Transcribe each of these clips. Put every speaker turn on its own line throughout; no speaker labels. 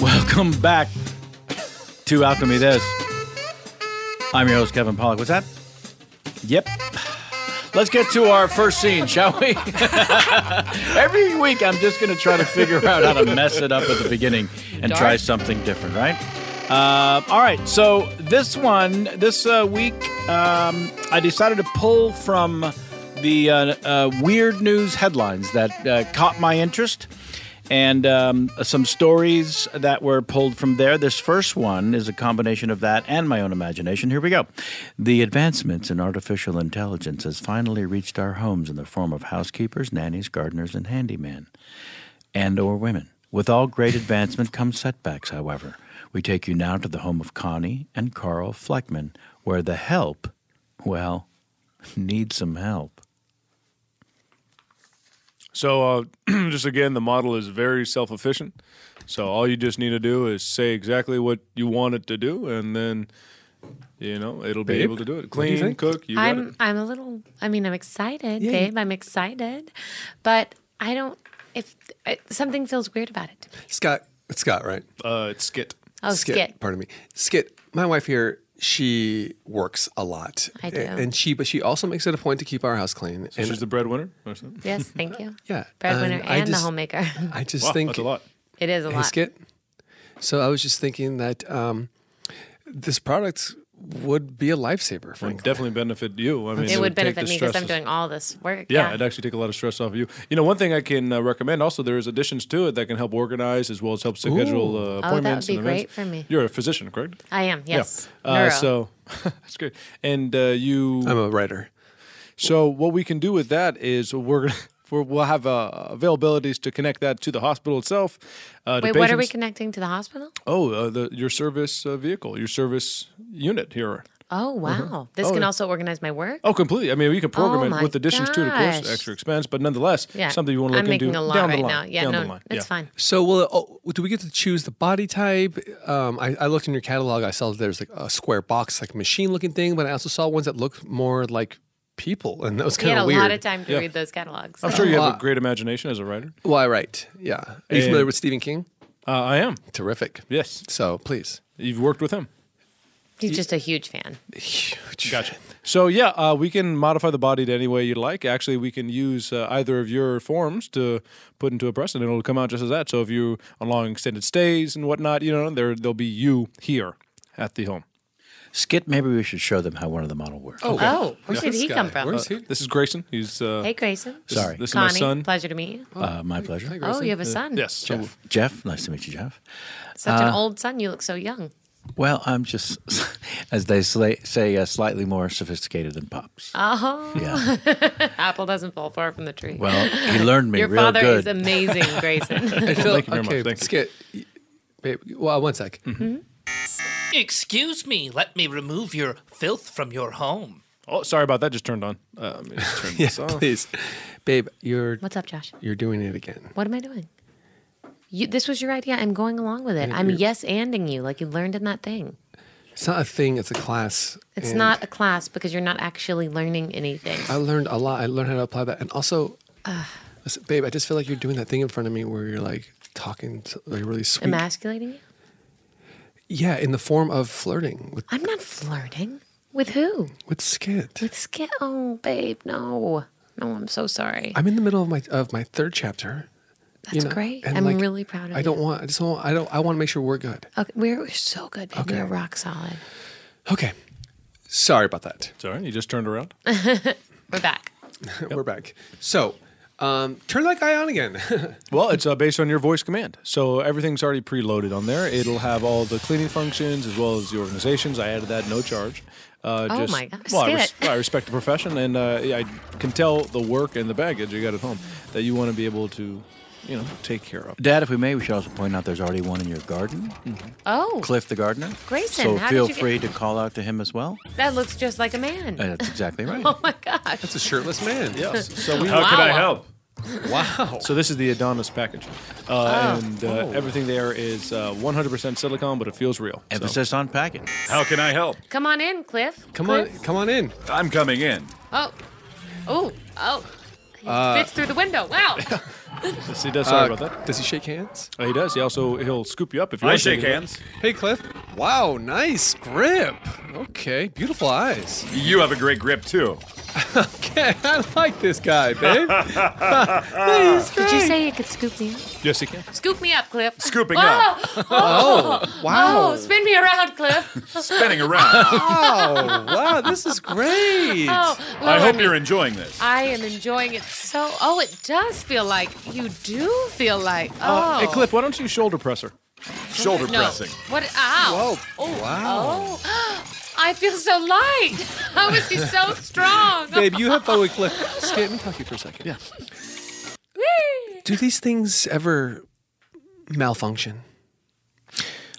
Welcome back to Alchemy This. I'm your host, Kevin Pollock. What's that? Yep. Let's get to our first scene, shall we? Every week, I'm just going to try to figure out how to mess it up at the beginning and try something different, right? Uh, all right. So this one, this uh, week, um, I decided to pull from the uh, uh, weird news headlines that uh, caught my interest, and um, some stories that were pulled from there. This first one is a combination of that and my own imagination. Here we go. The advancements in artificial intelligence has finally reached our homes in the form of housekeepers, nannies, gardeners, and handyman and or women. With all great advancement come setbacks, however. We take you now to the home of Connie and Carl Fleckman, where the help, well, needs some help.
So, uh, just again, the model is very self efficient. So, all you just need to do is say exactly what you want it to do, and then, you know, it'll be
Babe,
able to do it.
what do you
Clean,
think?
cook, you got
I'm
it.
I'm a little I mean I'm excited,
Yeah,
babe. I'm excited. But I don't if I, something feels weird about it.
Scott, it's Scott, right?
Uh, it's skit.
Oh, skit.
Pardon me. Skit. My wife here, she works a lot.
I do.
A- And she, but she also makes it a point to keep our house clean.
So
and
she's the breadwinner or something?
Yes, thank you.
yeah, Uh,
Breadwinner and,
I
the
just-
homemaker.
I just
Wow,
think
that's a lot.
it is a
Hey,
lot.
Skit. So I was just thinking that um, this product would be a lifesaver,
Would
frankly.
definitely benefit you. I mean,
It would
take
benefit
the
me because I'm
stresses-
doing all this work.
Yeah, it'd actually take a lot of stress off of you. You know, one thing I can uh, recommend also there is additions to it that can help organize as well as help schedule uh, appointments.
Oh, would
and events.
be great for me.
You're a physician, correct?
I am, yes.
Yeah. Uh,
Neuro.
so that's great. And uh, you
I'm a writer.
So what we can do with that is we're we're- we'll have uh, availabilities to connect that to the hospital itself. Uh, to
Wait, what are we
patients.
connecting to the hospital?
Oh, uh, the, your service uh, vehicle, your service unit here.
Oh wow,
Uh-huh.
this
Oh,
can
yeah.
also organize my work.
Oh, completely. I mean, we can program
Oh,
it
my
with additions to it, of
gosh.
course, extra expense, but nonetheless,
Yeah,
something you want to
I'm
look into
making a lot
down
right
the line.
now. Yeah,
down
no,
the line.
it's
yeah.
fine.
So, will oh, do we get to choose the body type? Um, I, I looked in your catalog. I saw there's like a square box, like machine-looking thing, but I also saw ones that looked more like people, and that was
We
kind
had a
of weird.
lot of time to
Yeah.
read those catalogs.
I'm
so-
sure you have
Well,
a great imagination as a writer.
Why, right? Yeah. Are you familiar with Stephen King?
Uh, I am.
Terrific.
Yes.
So, please.
You've worked with him.
He's just a huge fan.
Gotcha. So yeah, uh, we can modify the body to any way you like. Actually, we can use uh, either of your forms to put into a press, and it'll come out just as that. So if you on long extended stays and whatnot, you know, there there'll be you here at the home.
Skit, maybe we should show them how one of the model works.
Oh,
Oh, where
Who's
did
this
he
guy?
come from?
Where is he?
This is Grayson. He's uh,
Hey, Grayson.
this is-
Sorry.
This is
Connie,
my son.
pleasure to meet you.
Uh, my pleasure.
Oh, you have a
Uh,
son.
Yes, Jeff.
Jeff, nice to meet you, Jeff. Uh,
Such an old son. You look so young.
Well, I'm just, as they sla- say, uh, slightly more sophisticated than Pops.
Oh,
yeah.
apple doesn't fall far from the tree.
Well, he learned me
Your
real
father
good.
is amazing, Grayson.
I feel,
Thank you very much.
okay,
Thank you. Mm-hmm.
Skit. Babe, well, one sec.
Excuse me, let me remove your filth from your home.
Oh, sorry about that. Just turned on. Uh, let me just turn
Yeah,
this off.
please, babe. You're
What's up, Josh?
you're doing it again.
What am I doing? You, this was your idea. I'm going along with it. I'm yes anding you, like you learned in that thing.
It's not a thing. It's a class.
It's
and
not a class because you're not actually learning anything.
I learned a lot. I learned how to apply that, and also,
Ah.
listen, babe, I just feel like you're doing that thing in front of me where you're like talking to, like really sweet.
Emasculating you?
yeah, in the form of flirting with
I'm not flirting. With who?
with Skit.
With Skit. Oh, babe, no. No, I'm so sorry.
I'm in the middle of my of my third chapter.
That's great. I'm really proud of
I don't
you.
want. I just want. I don't. I want to make sure we're good.
Okay, we're, we're so good, babe.
Okay.
You're rock solid.
Okay. Sorry about that.
Sorry, you just turned around.
We're back.
We're back. So, um, turn that guy on again.
Well, it's uh, based on your voice command. So everything's already preloaded on there. It'll have all the cleaning functions as well as the organizations. I added that, no charge. Uh,
Oh
just,
my God,
Well, I,
skip
res- I
it.
respect the profession, and uh, yeah, I can tell the work and the baggage you got at home that you want to be able to, you know, take care of.
Dad, if we may, we should also point out there's already one in your garden,
Oh,
Cliff the gardener.
Grayson,
So
how did
feel
you get-
free to call out to him as well.
that looks just like a man.
Uh, that's exactly right.
oh my gosh.
That's a shirtless man. Yeah.
Yes. So we,
How could I Wow. help?
Wow.
So this is the Adonis package, uh, and uh, everything there is uh, 100% silicone, but it feels real. So-
Emphasis on package.
How can I help?
Come on in, Cliff.
Come on,
Cliff.
come on in.
I'm coming in.
Oh, oh, oh. He fits through the window. Wow.
Yes, he does. Sorry
Uh,
about that.
Does he shake hands?
Uh, he does. He also he'll scoop you up if you
I
want to
shake hands.
Hey, Cliff. Wow, nice grip. Okay, beautiful eyes.
You have a great grip too.
Okay, I like this guy, babe. Hey, he's
Did you
great.
say you could scoop me up?
Yes, he can.
Scoop me up, Cliff.
Scooping
Whoa.
wow.
Oh, spin me around, Cliff.
Spinning around.
Oh,
Wow, wow, this is great.
Oh,
I
Lord.
hope you're enjoying this.
I am enjoying it so. Oh, it does feel like you do feel like.
Uh,
Oh,
hey, Cliff, why don't you shoulder press her?
Shoulder
no.
pressing.
What? Ow.
Whoa.
Oh,
Wow.
Oh. I feel so light. How is he so strong?
Babe, you have fun with Cliff. Skip, let me talk to you for a second. Yeah.
Whee!
Do these things ever malfunction?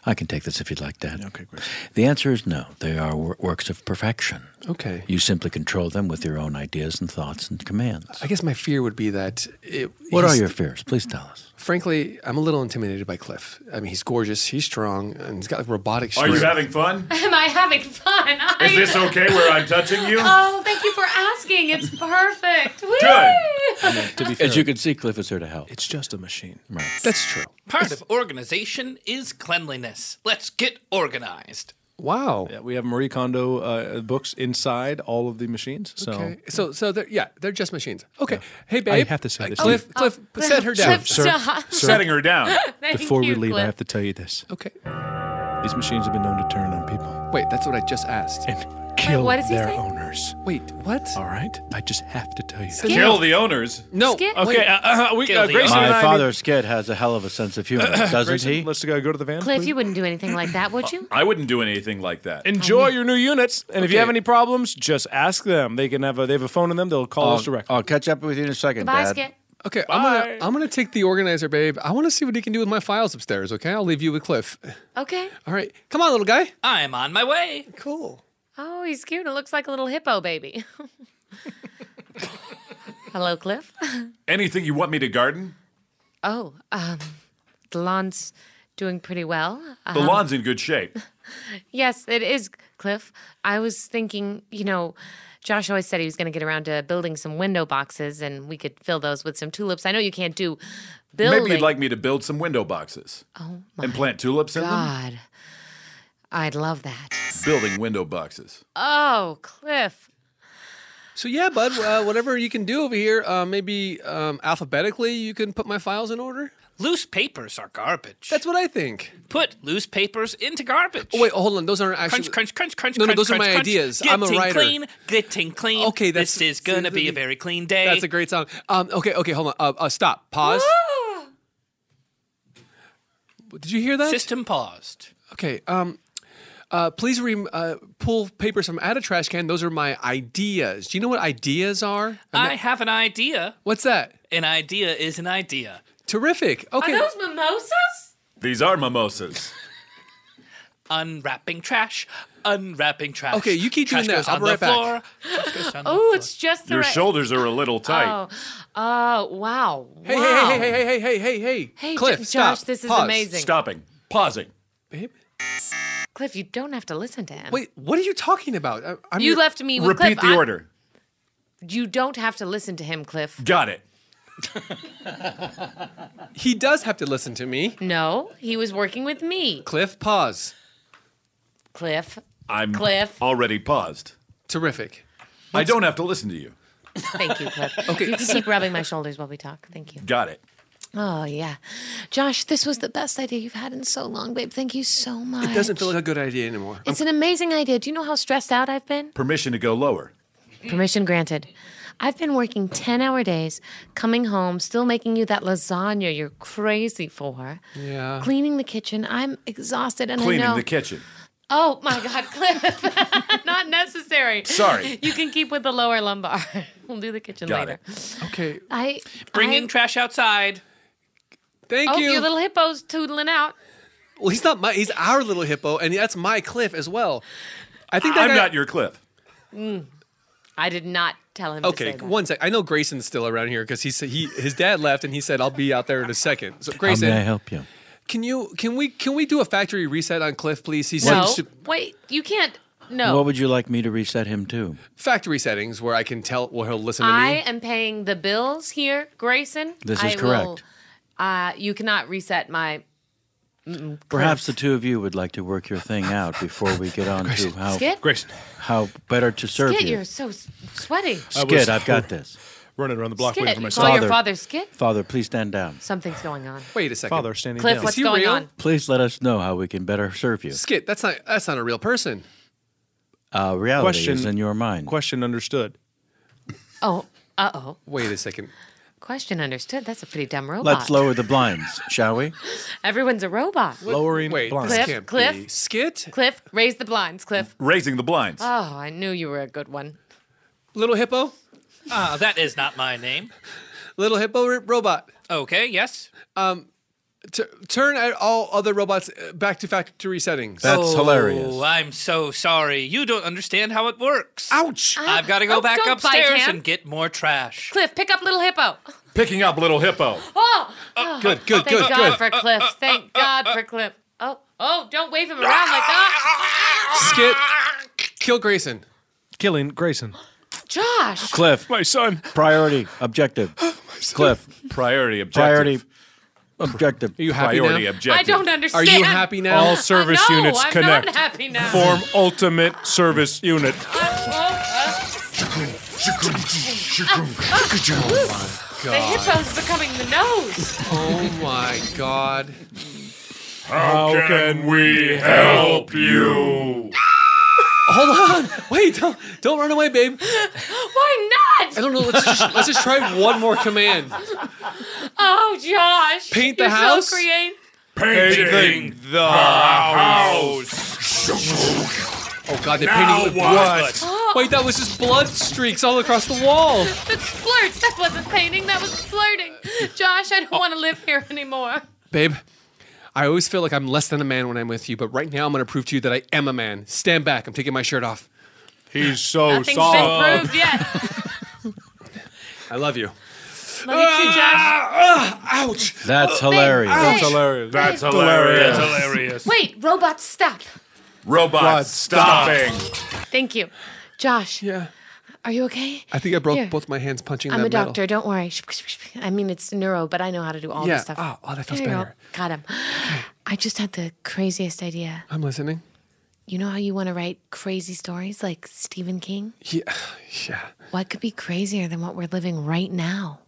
I can take this if you'd like, Dad.
Okay, great.
The answer is no. They are wor- works of perfection.
Okay.
You simply control them with your own ideas and thoughts and commands.
I guess my fear would be that it.
What
he's-
are your fears? Please tell us.
Frankly, I'm a little intimidated by Cliff. I mean, he's gorgeous, he's strong, and he's got like robotic.
Are you
strength.
having fun?
Am I having fun? I-
Is this okay where I'm touching you?
Oh, thank you for asking. It's perfect. Whee!
Good.
uh, To be fair,
As you can see, Cliff is here to help.
it's just a machine.
That's true.
Part of organization is cleanliness. Let's get organized.
Wow.
Yeah, we have Marie Kondo uh, books inside all of the machines. So
Okay. So, so they're yeah, they're just machines. Okay. Hey,
I
babe.
have to say
Uh,
this to
Cliff, Cliff, set her down.
Oh, Cliff, stop.
Setting her down.
Thank
before
you,
we leave,
Cliff.
I have to tell you this:
Okay.
these machines have been known to turn on people.
Wait, that's what I just asked.
Wait, what does he
their
say?
owners.
Wait, what?
All right, I just have to tell you.
Skip. Kill the
owners.
No.
Skip.
Okay,
Wait.
uh, uh, we,
Kill
uh,
the
Grayson
owners.
and
My
I
father, Skid, has a hell of a sense of humor, doesn't
Grayson,
he?
Let's go, go to the van.
Cliff,
please.
you wouldn't do anything like that, would you?
I wouldn't do anything like that.
Enjoy your new units, and if you
Okay.
have any problems, just ask them. They can have a, they have a phone in them. They'll call
I'll,
us directly.
I'll catch up with you in a second,
Goodbye,
Dad.
Skip.
Okay, I'm gonna I'm gonna take the organizer, babe. I want to see what he can do with my files upstairs. Okay, I'll leave you with Cliff.
Okay.
All right, come on, little guy.
I'm on my way.
Cool.
Oh, he's cute. It looks like a little hippo baby. Hello, Cliff.
Anything you want me to garden?
Oh, um, the lawn's doing pretty well. Um,
The lawn's in good shape.
Yes, it is, Cliff. I was thinking, you know, Josh always said he was going to get around to building some window boxes and we could fill those with some tulips. I know you can't do building.
Maybe you'd like me to build some window boxes
Oh, my
and plant tulips in them.
God. I'd love that.
Building window boxes.
Oh, Cliff.
So yeah, bud, uh, whatever you can do over here, uh, maybe um, alphabetically you can put my files in order.
Loose papers are garbage.
That's what I think.
Put loose papers into garbage.
Oh, wait, oh, hold on. Those aren't actually
Crunch, crunch, crunch, crunch,
No, no,
crunch.
those are
crunch,
my
crunch.
ideas. I'm
Getting
a writer.
clean, getting clean.
Okay, that's-
this is gonna be a very clean day.
That's a great song. Um, okay, okay, hold on. Uh, uh, stop. Pause. Did you hear that?
system paused.
Okay. Um, uh, please re- uh, pull papers from out of trash can. Those are my ideas. Do you know what ideas are?
I have an idea.
What's that?
An idea is an idea.
Terrific. Okay.
mimosas?
These are mimosas.
Unwrapping trash. Unwrapping trash.
Okay, you keep
trash
doing that.
Goes
I'll
on
be
the
right back.
floor. Trash goes on the
Oh, it's just the
Your
right.
shoulders are a little tight.
Oh, oh, wow.
hey,
wow.
hey, hey, hey, hey, hey, hey, hey,
Hey,
Cliff,
Jo-
stop.
Josh, this is
Pause.
amazing.
Stopping. Pausing.
Babe?
Cliff, you don't have to listen to him.
Wait, what are you talking about? I, I'm
you
your-
left me with
Repeat
Cliff.
the
I-
order.
You don't have to listen to him, Cliff.
Got it.
He does have to listen to me.
No, he was working with me.
Cliff, pause.
Cliff,
I'm
Cliff.
already paused.
Terrific.
I don't have to listen to you.
thank you, Cliff. okay. You can keep rubbing my shoulders while we talk. Thank you.
Got it.
Oh, yeah. Josh, this was the best idea you've had in so long, babe. Thank you so much.
It doesn't feel like a good idea anymore.
It's an amazing idea. Do you know how stressed out I've been?
Permission to go lower.
Permission granted. I've been working 10 hour days, coming home, still making you that lasagna you're crazy for,
Yeah.
cleaning the kitchen. I'm exhausted and I
Cleaning
know.
the kitchen.
Oh my God, Cliff. Not necessary.
Sorry.
You can keep with the lower lumbar. we'll do the kitchen
Got
later.
Okay.
I
Bringing
I,
trash outside.
Thank
Oh,
you.
your little hippo's tootling out.
well, he's not my. He's our little hippo, and that's my Cliff as well. I think that
I'm
guy-
not your cliff.
Mm. I did not tell him.
Okay,
to say that.
one sec. I know Grayson's still around here because he said he his dad left and he said I'll be out there in a second. So
How may I
Grayson,
help you?
can you can we can we do a factory reset on Cliff, please? He
No,
seems to-
wait, you can't. No,
What would you like me to reset him to?
factory settings where I can tell where he'll listen to
I
me.
am paying the bills here, Grayson.
This
I
is correct.
Will, uh, you cannot reset my.
Perhaps the two of you would like to work your thing out before we get on to how
Skid?
Grayson,
how better to serve
Skid,
you.
you're so s- sweaty.
Skid, I've got this.
running around the block
Skid,
waiting for
you
my
call
son.
your
Father.
father Skid.
Father, please stand down.
Something's going on.
Wait a second,
Father standing
Cliff,
down.
what's
he
going
real?
on?
Please let us know how we can better serve you.
Skit, that's not that's not a real person.
Uh, reality
Question-
is in your mind.
Question understood.
Oh, uh oh.
Wait a second.
Question understood. That's a pretty dumb robot.
Let's lower the blinds, shall we?
Everyone's a robot.
Lowering
Wait,
blinds.
this
Cliff,
can't be.
Cliff?
Skit,
Cliff, raise the blinds, Cliff.
Raising the blinds.
Oh, I knew you were a good one.
little hippo,
Ah, that is not my name.
little hippo r- robot. Um,
Okay, yes.
T- turn out all other robots uh, back to factory settings.
That's hilarious.
Oh, I'm so sorry. You don't understand how it works.
Ouch!
I've got to go
Oh,
back
don't bite
upstairs
him.
and get more trash.
Cliff, pick up little hippo.
Picking up little hippo.
Oh,
Uh, good, good,
thank
good,
God
good.
for Cliff. Thank God for Cliff. Oh, oh, don't wave him around like that.
Skit, kill Grayson.
Killing Grayson.
Josh.
Cliff,
My son.
priority, objective. Cliff,
Priority objective.
priority, objective.
Are you happy
Priority
now?
objective.
I don't understand.
Are you happy now?
All service
no,
units
I'm
connect.
not happy now.
Form ultimate service unit.
Oh,
Oh, Oh, The hippo's becoming the nose.
Oh my god.
How can we help you?
hold on. Wait, don't, don't run away, babe.
Why not?
I don't know. Let's just, let's just try one more command.
Oh, Josh.
Paint the
You're so
house?
creative.
Painting
the
house. Oh God, they're
Now
painting with
what?
blood. Wait, that was just blood streaks all across the wall.
That's flirts. That wasn't painting. That was flirting. Josh, I don't want to live here anymore.
Babe, I always feel like I'm less than a man when I'm with you, but right now I'm going to prove to you that I am a man. Stand back. I'm taking my shirt off.
He's so
Nothing's been proved yet.
I love you.
Love you too,
Ah!
Josh.
ouch.
That's
Oh, babe,
hilarious.
babe. That's
hilarious.
That's
hilarious.
hilarious. That's hilarious.
Wait, robots, stop.
Robots stopping.
Thank you. Josh.
Yeah.
Are you okay?
I think I broke
Here.
both my hands punching
I'm
that
a doctor. Don't worry. I mean, it's neuro, but I know how to do all
Yeah.
this stuff.
Oh, oh, that feels
There you go.
better.
Got him. I just had the craziest idea.
Metal. I'm listening.
You know how you want to write crazy stories like Stephen King?
Yeah. Yeah.
What could be crazier than what we're living right now?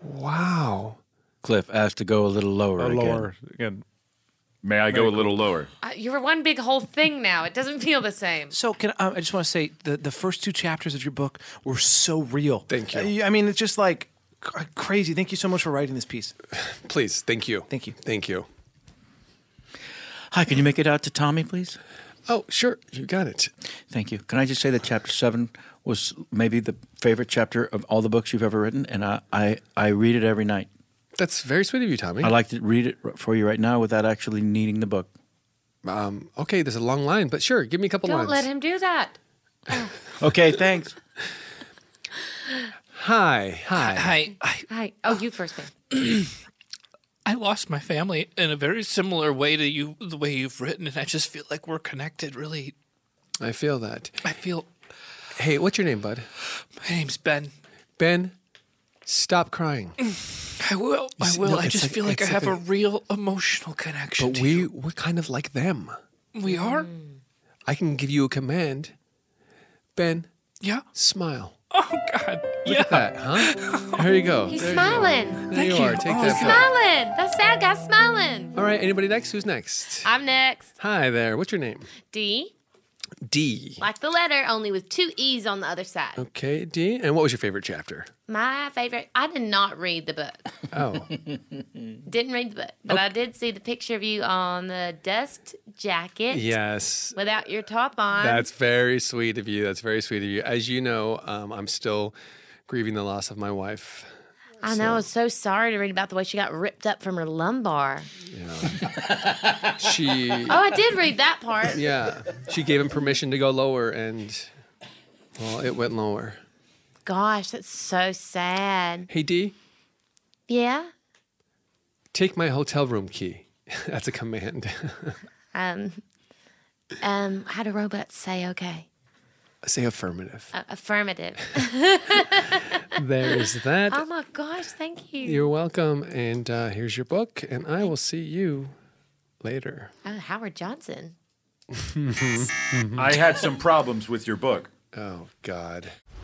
Wow.
Cliff asked to go a little lower.
A
again.
lower again.
May I go a little lower?
Uh, you're one big whole thing now. It doesn't feel the same.
So can I, I just want to say the the first two chapters of your book were so real.
Thank you.
Uh, I mean, it's just like c- crazy. Thank you so much for writing this piece.
Please. Thank you. Thank you. Thank you.
Hi, can you make it out to Tommy, please?
Oh, sure. You got it.
Thank you. Can I just say that chapter seven was maybe the favorite chapter of all the books you've ever written, and I I, I read it every night.
That's very sweet of you, Tommy.
I like to read it r- for you right now without actually needing the book.
Um, okay, there's a long line, but sure, give me a couple
Don't
lines.
let him do that.
Okay, thanks.
Hi, hi.
Hi.
Hi. Oh, you first, babe.
I lost my family in a very similar way to you, the way you've written, and I just feel like we're connected. Really,
I feel that.
I feel.
Hey, what's your name, bud?
My name's Ben.
Ben, stop crying.
I will.
You
I
see-
will.
no,
I
it's
just
like-
feel like I
it's
have a
like a-
real emotional connection.
But we we're kind of like them.
we
Mm.
are.
I can give you a command. Ben,
Yeah.
smile.
Oh God.
Look
yeah.
at that, huh? There you go.
He's
there
smiling.
You, there you
Thank you.
are. Take
Oh,
that. bud.
Smiling. That sad guy smiling.
All right. Anybody next? Who's next?
I'm next.
Hi there. What's your name?
D,
D.
like the letter, only with two E's on the other side.
Okay, D. And what was your favorite chapter?
My favorite. I did not read the book.
Oh,
Didn't read the book, but I did see the picture of you on the dust jacket.
yes.
Without your top on.
That's very sweet of you. That's very sweet of you. As you know, um, I'm still grieving the loss of my wife.
I know. I was so sorry to read about the way she got ripped up from her lumbar.
She,
Oh, I did read that part.
yeah, she gave him permission to go lower, and well, it went lower.
Gosh, that's so sad.
Hey, D,
Yeah.
take my hotel room key. That's a command.
Um. Um. How do robots say okay?
Say affirmative.
A- affirmative.
There's that.
oh my gosh! Thank you.
You're welcome. And uh, here's your book, and I will see you later.
Oh, Howard Johnson.
Mm-hmm.
I had some problems with your book.
Oh, God.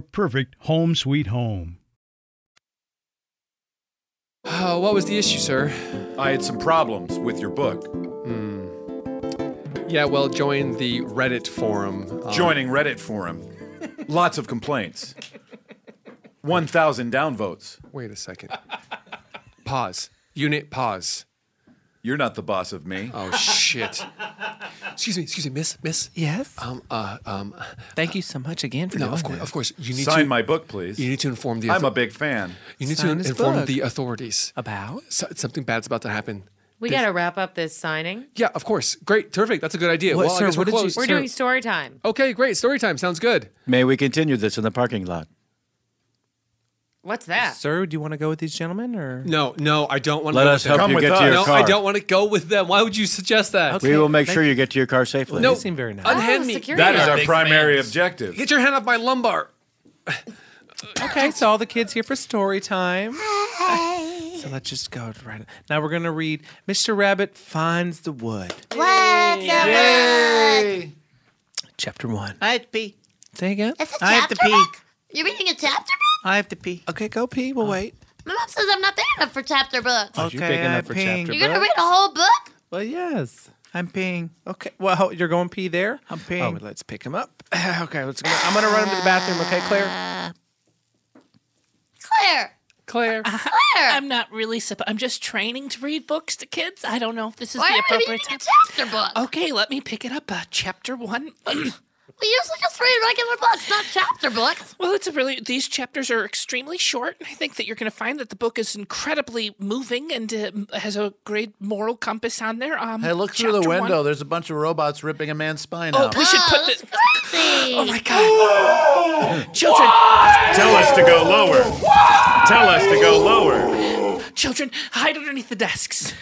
perfect home sweet home.
Oh,
Uh, what was the issue, sir? I had some problems with your book. Hmm,
Yeah, well, join the Reddit forum. um,
Joining Reddit forum. Lots of complaints. 1,000 downvotes.
Wait a second. Pause. Unit pause.
You're not the boss of me.
Oh shit. Excuse me, excuse me, miss, miss. Yes. Um uh um Thank you so much again
for
No,
doing
of course,
this.
of course. You need
Sign
to
my book, please.
You need to inform the
I'm a big fan.
You need
Sign
to
his
inform
book.
the authorities about something bad's about to happen.
We
This-
got to wrap up this signing.
Yeah, of course. Great. Terrific. That's a good idea.
What,
well,
sir,
I guess
what
we're
did you-
closed.
We're doing story time.
Okay, great. Story time sounds good.
May we continue this in the parking lot?
What's that?
Sir, do you want to go with these gentlemen or
No, no, I don't want
Let
to go
us
with
help
them.
you Come get with to your us.
No, I
car.
don't want to go with them. Why would you suggest that?
we will make sure you get to your car safely.
No,
Oh,
Unhand me.
security That is guard. our
primary objective.
Get your hand off my lumbar.
Okay, so all the kids here for story time. so let's just go right now. We're gonna read Mr. Rabbit finds the wood,
What's
chapter one.
I have to pee.
Say again.
It's a
I have to
chapter
pee.
book? You're reading a chapter book?
I have to pee. Okay, go pee. We'll wait.
My mom says I'm not big enough for chapter books.
Are you Okay, big enough I for pee. chapter
You're gonna
books?
read a whole book?
Well, yes. I'm peeing. Okay. Well, you're going pee there. I'm peeing. Oh, let's pick him up. okay, let's go. I'm gonna run him to the bathroom. Okay, Claire.
Uh, Claire.
Claire.
Claire.
Uh-huh. I'm not really supposed. I'm just training to read books to kids. I don't know if this is
Why
the
are we
appropriate
reading
time.
a chapter book?
Okay, let me pick it up. Uh, chapter one.
We usually just read regular books, not chapter books.
Well, it's a really these chapters are extremely short, and I think that you're going to find that the book is incredibly moving and uh, has a great moral compass on there. Um,
Hey, look through the
chapter one-
window. There's a bunch of robots ripping a man's spine
Oh,
out.
we should put the. Oh my god! Children,
Tell us to go lower.
Tell us to go lower.
Children, hide underneath the desks.
Uh,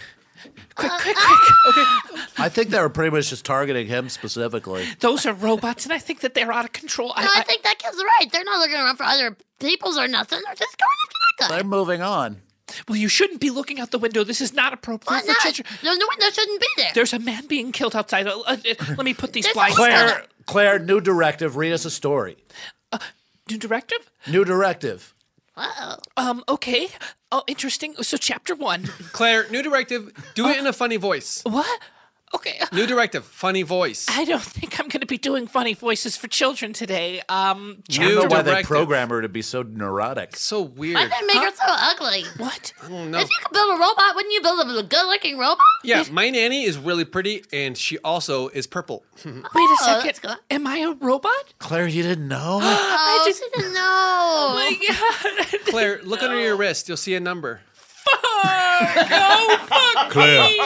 Quick, quick, quick! Okay,
I think they were pretty much just targeting him specifically.
those are robots, and I think that they're out of control.
No, I, think that kid's right. They're not looking around for other peoples or nothing. They're just going after that guy.
They're moving on.
Well, you shouldn't be looking out the window. This is not appropriate
Why
for
not?
children.
There's no window shouldn't be there.
There's a man being killed outside. Uh, uh, uh, let me put these
There's
blinds.
Claire, Claire, new directive. Read us a story.
new directive.
New directive.
Uh-oh. Um, okay. Oh, interesting. So chapter one.
Claire, new directive. Do
Oh.
it in a funny voice.
What?
New directive, funny voice.
I don't think I'm going to be doing funny voices for children today. Um,
I don't know why they
directive.
program her to be so neurotic.
So weird.
Why'd they make her so ugly?
What?
I don't know.
If you could build a robot, wouldn't you build a good-looking robot?
Yeah, my nanny is really pretty, and she also is purple.
Wait a
Oh, that's
second. Am I a robot?
Claire, you didn't know?
Oh, she didn't know. Oh
my god.
Claire, look under your wrist. You'll see a number.
Claire,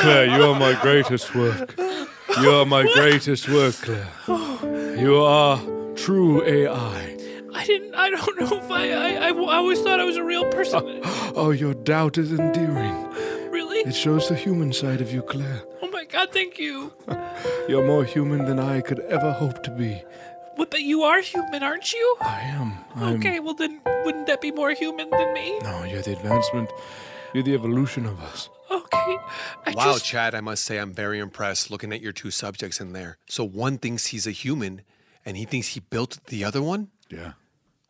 Claire, you are my greatest work. You are my greatest work, Claire.
Oh.
You are true AI.
I didn't. I don't know if I. I, I, I always thought I was a real person.
Oh, your doubt is endearing.
Really?
It shows the human side of you, Claire.
Oh my god! Thank you.
You're more human than I could ever hope to be.
What, but you are human, aren't you?
I am. I'm,
Okay. Well, then, wouldn't that be more human than me?
No, you're the advancement. You're the evolution of us.
Okay. I
wow,
just.
Chad, I must say I'm very impressed looking at your two subjects in there. So one thinks he's a human, and he thinks he built the other one?
Yeah.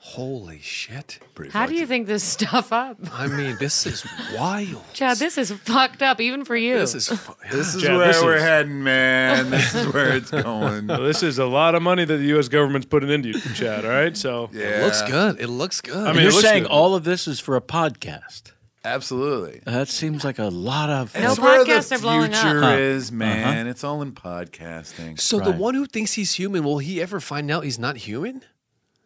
Holy shit. Pretty
How do you think this stuff up?
I mean, this is wild.
Chad, this is fucked up, even for you.
This is fu-
This is
Chad,
where
this
we're
is-
heading, man. This is where it's going.
Now, this is a lot of money that the U.S. government's putting into you, Chad. All right, so
Yeah. looks
good. It looks good.
I mean, you're saying all of this is for a podcast.
Absolutely.
That seems like a lot of.
That's where the
podcasts are blowing up.
future
Huh.
is, man.
Uh-huh.
It's all in podcasting.
So the one who thinks he's human, will he ever find out he's not human?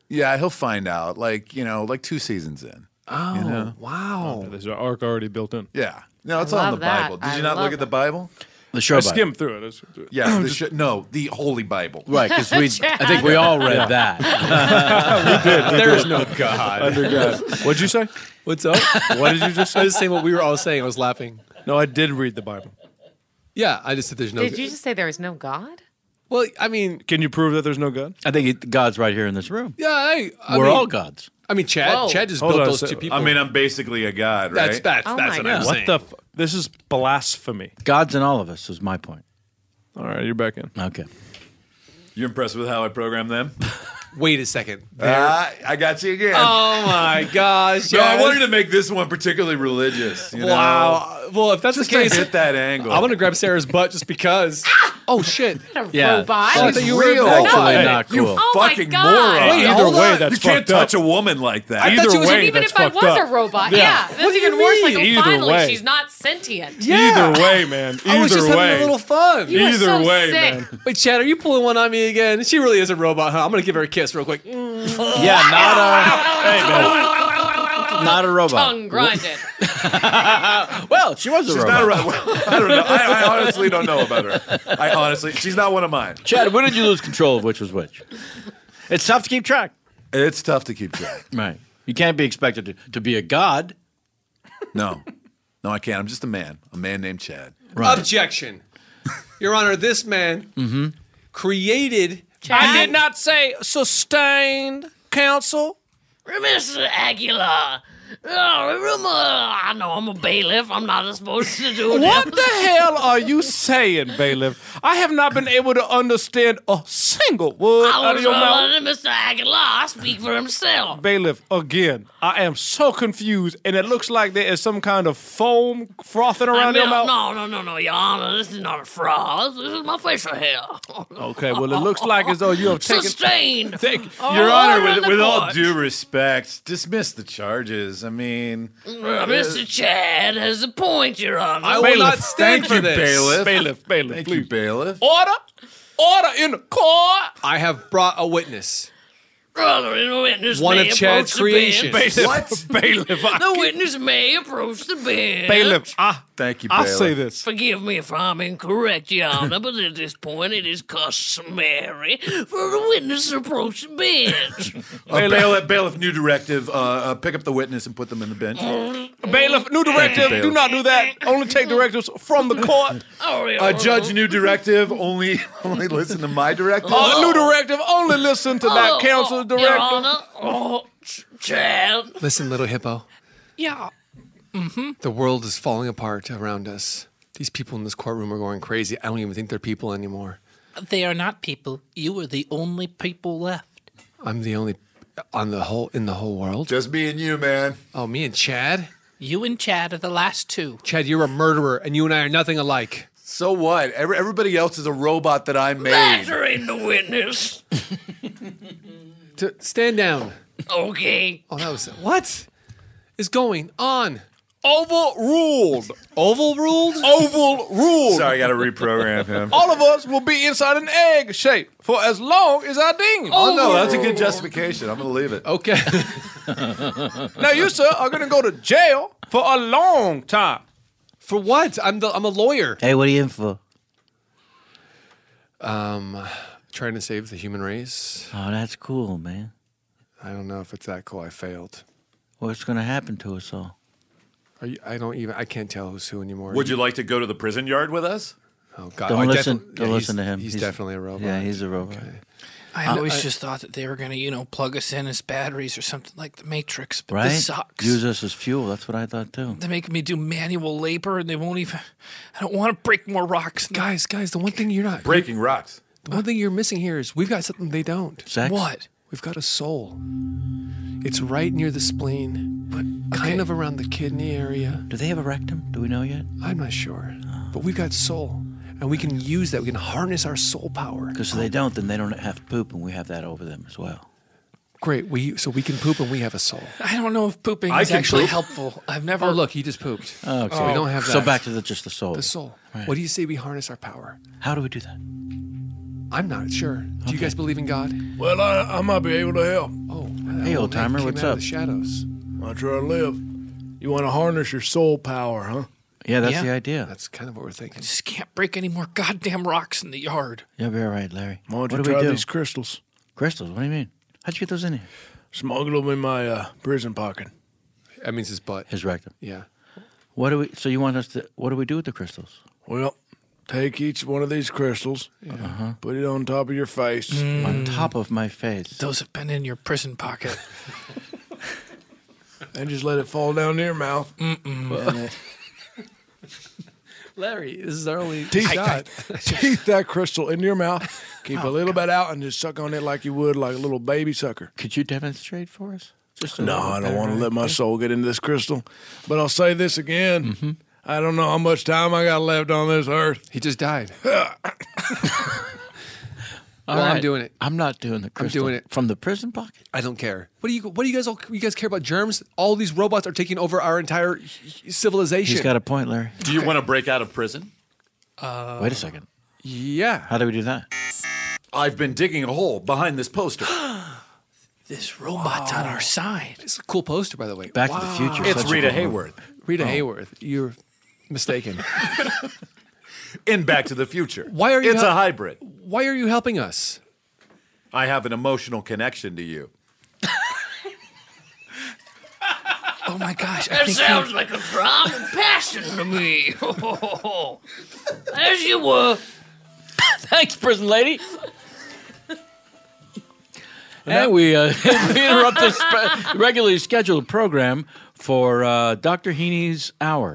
Yeah, he'll find out. Like you know, like two seasons in.
Oh,
You know?
wow.
Oh, there's an arc already built in.
Yeah. No,
I
it's all in
love
the
that.
Bible. Did
I
you not
love
look at the
it.
Bible?
The show
I
Bible.
skimmed through it. I skimmed through it.
Yeah. The show, no, the Holy Bible.
Right, 'cause we- I think we all read
Yeah.
that.
we did. we
There
did.
is no God.
Under God. What'd you say?
What's up?
What did you just say?
I was saying what we were all saying. I was laughing.
No, I did read the Bible.
Yeah, I just said there's no.
Did you just say there is no God?
Well, I mean,
can you prove that there's no God?
I think it, God's right here in this room.
Yeah, I, I
We're
mean-
all gods.
I mean, Chad.
Whoa.
Chad just
Hold
built
on a
those
sec-
two people.
I mean, I'm basically a god, right?
That's- that's- Oh that's my what I'm God. saying.
What the? F- this is blasphemy.
God's in all of us is my point.
All right, you're back in.
Okay.
Oh,
You're impressed with how I program them?
Wait a second.
Ah, I got you again.
Oh my gosh!
No, I
yes.
wanted to make this one particularly religious. you know?
wow. Well, if that's
Just
the
to
case,
hit that angle.
I'm gonna grab Sarah's butt just because. oh shit!
A
Yeah.
robot?
Oh, I thought
She's
you were
real.
actually
Hey,
not
you
cool. Oh
my
fucking
God.
moron.
Wait,
Either
hold
way,
on.
that's you can't
fucked up.
touch a woman like
I
that.
thought Either she was- way,
even
that's
if I
fucked
was
up.
a robot, yeah,
Yeah. What
that's
do you
even worse. Like,
mean?
oh,
Either
finally,
way.
she's not sentient.
Either way, man. Either
I was just
way.
having a little fun.
You are Either so way, sick.
man.
Wait, Chad, are you pulling one on me again? She really is a robot, huh? I'm gonna give her a kiss real quick.
Yeah, not
uh,
a
oh,
not a robot.
Tongue grinded.
well, she was a
She's
robot.
not a robot. I don't know. I, I honestly don't know about her. I honestly, she's not one of mine.
Chad, when did you lose control of which was which? It's tough to keep track.
It's tough to keep track.
Right. You can't be expected to, to be a god.
No, no, I can't. I'm just a man. A man named Chad.
Objection, Your Honor. This man
Mm-hmm.
created.
I did not say sustained counsel.
Mr. Aguilar. Oh, remember, I know I'm a bailiff. I'm not supposed to do
What
this.
the hell are you saying, bailiff? I have not been able to understand a single word
I
out of
was
your mouth.
letting Mr. Aguilar speak for himself.
Bailiff, again, I am so confused, and it looks like there is some kind of foam frothing
I
around your
mean,
mouth.
No, no, no, no, Your Honor. This is not a fraud. This is my facial hair.
Okay, well, it looks like as though you have taken.
Sustained.
Thank
Oh,
Your Honor,
order in
with,
the
with all
court.
due respect, dismiss the charges. I mean,
Uh, Mr. Chad has a point, Your Honor.
Thank you, bailiff.
Bailiff, bailiff.
Thank you, bailiff.
Order, order in the court.
I have brought a witness.
Brother, and the witness
One
may
of Chad's
approach the bench.
creations. Bailiff,
What?
bailiff, I
the witness may approach the bench.
Bailiff, ah,
Thank you,
I
bailiff.
say this.
Forgive me if I'm incorrect, Your Honor, but at this point it is customary for the witness to approach the bench.
A bailiff, bailiff, new directive. Uh, uh, pick up the witness and put them in the bench.
Bailiff, new directive.
Bailiff.
Do not do that. Only take directives from the court.
Uh, judge, new directive. Only, only listen to my directive.
Uh, new directive. Only listen to that council directive.
Oh, Chad.
Listen, little hippo.
Yeah. Mm-hmm.
The world is falling apart around us. These people in this courtroom are going crazy. I don't even think they're people anymore.
They are not people. You are the only people left.
I'm the only on the whole in the whole world?
Just me and you, man.
Oh, me and Chad.
You and Chad are the last two.
Chad, you're a murderer, and you and I are nothing alike.
So what? Every, everybody else is a robot that I made.
Lazar ain't the witness.
T- stand down.
Okay.
Oh, that was what is going on? Oval ruled. Oval ruled. Oval ruled.
Sorry, I got to reprogram him.
All of us will be inside an egg shape for as long as I deem.
Oh, no, that's a good justification. I'm going to leave it.
Okay.
Now you, sir, are going to go to jail for a long time.
For what? I'm the I'm a lawyer.
Hey, what are you in for?
Um, trying to save the human race.
Oh, that's cool, man.
I don't know if it's that cool. I failed.
What's going to happen to us all?
Are you, I don't even. I can't tell who's who anymore.
Would you like to go to the prison yard with us?
Oh God!
don't
I defi-
listen.
yeah,
don't
he's-
listen to him.
He's, definitely a robot.
Yeah, he's a robot.
I
Uh,
always
I-
just thought that they were going to, you know, plug us in as batteries or something like the Matrix, but
Right?
this sucks.
Use us as fuel. That's what I thought too.
They're making me do manual labor, and they won't even. I don't want to break more rocks.
Guys, guys, the one thing you're not
breaking rocks.
The one thing you're missing here is we've got something they don't.
Sex?
What? We've got a soul. It's right near the spleen, but kind of around the kidney area.
Do they have a rectum? Do we know yet?
I'm not sure. But we've got soul, and we can use that. We can harness our soul power.
Because if they don't, then they don't have to poop, and we have that over them as well.
Great. We so we can poop and we have a soul.
I don't know if pooping
I
is
can
actually
poop.
helpful. I've never.
Oh, look, he just pooped.
Oh,
So we don't have that.
So back to the, just the soul.
the soul.
Right.
What do you say we harness our power?
How do we do that?
I'm not sure. Do you guys believe in God?
Well, I, I might be able to help.
Oh,
Hey, old timer, what's up?
shadows.
I try to live. You want to harness your soul power, huh?
Yeah, that's
Yeah.
the idea.
That's kind of what we're thinking.
Just can't break any more goddamn rocks in the yard.
You'll be all right, Larry.
Why don't
what
you
do
try
we do?
these crystals?
Crystals? What do you mean? How'd you get those in here?
Smuggle them in my uh, prison pocket.
That means his butt.
His rectum.
Yeah.
What do we? So you want us to? What do we do with the crystals?
Well, take each one of these crystals,
Uh-huh.
put it on top of your face.
Mm. On top of my face.
Those have been in your prison pocket.
And just let it fall down to your mouth. Mm-mm.
Larry, this is our only
Teeth,
shot.
teeth that crystal into your mouth. Keep
Oh,
a little bit out and just suck on it like you would like a little baby sucker.
Could you demonstrate for us? Just
no, I don't want to let my soul get into this crystal. But I'll say this again. I don't know how much time I got left on this earth.
Mm-hmm. He just died.
All
well, I'm
right.
doing it.
I'm not doing the crystal.
doing it.
from the prison pocket.
I don't care. What do you? What do you guys all? You guys care about germs? All these robots are taking over our entire civilization.
He's got a point, Larry.
Do you want to break out of prison?
Uh,
Wait a second.
Yeah.
How do we do that?
I've been digging a hole behind this poster.
this robot's on our side.
It's a cool poster, by the way.
Back to the Future,
It's Rita Hayworth
Rita
Oh.
Hayworth. You're mistaken.
in Back to the Future.
Why are you
It's
hel-
a hybrid.
Why are you helping us?
I have an emotional connection to you.
Oh my gosh! I
That
think
sounds
we-
like a crime of passion to me. As you were.
Thanks, prison lady. And we, uh, we interrupt this spe- regularly scheduled program for uh, Dr. Heaney's Hour.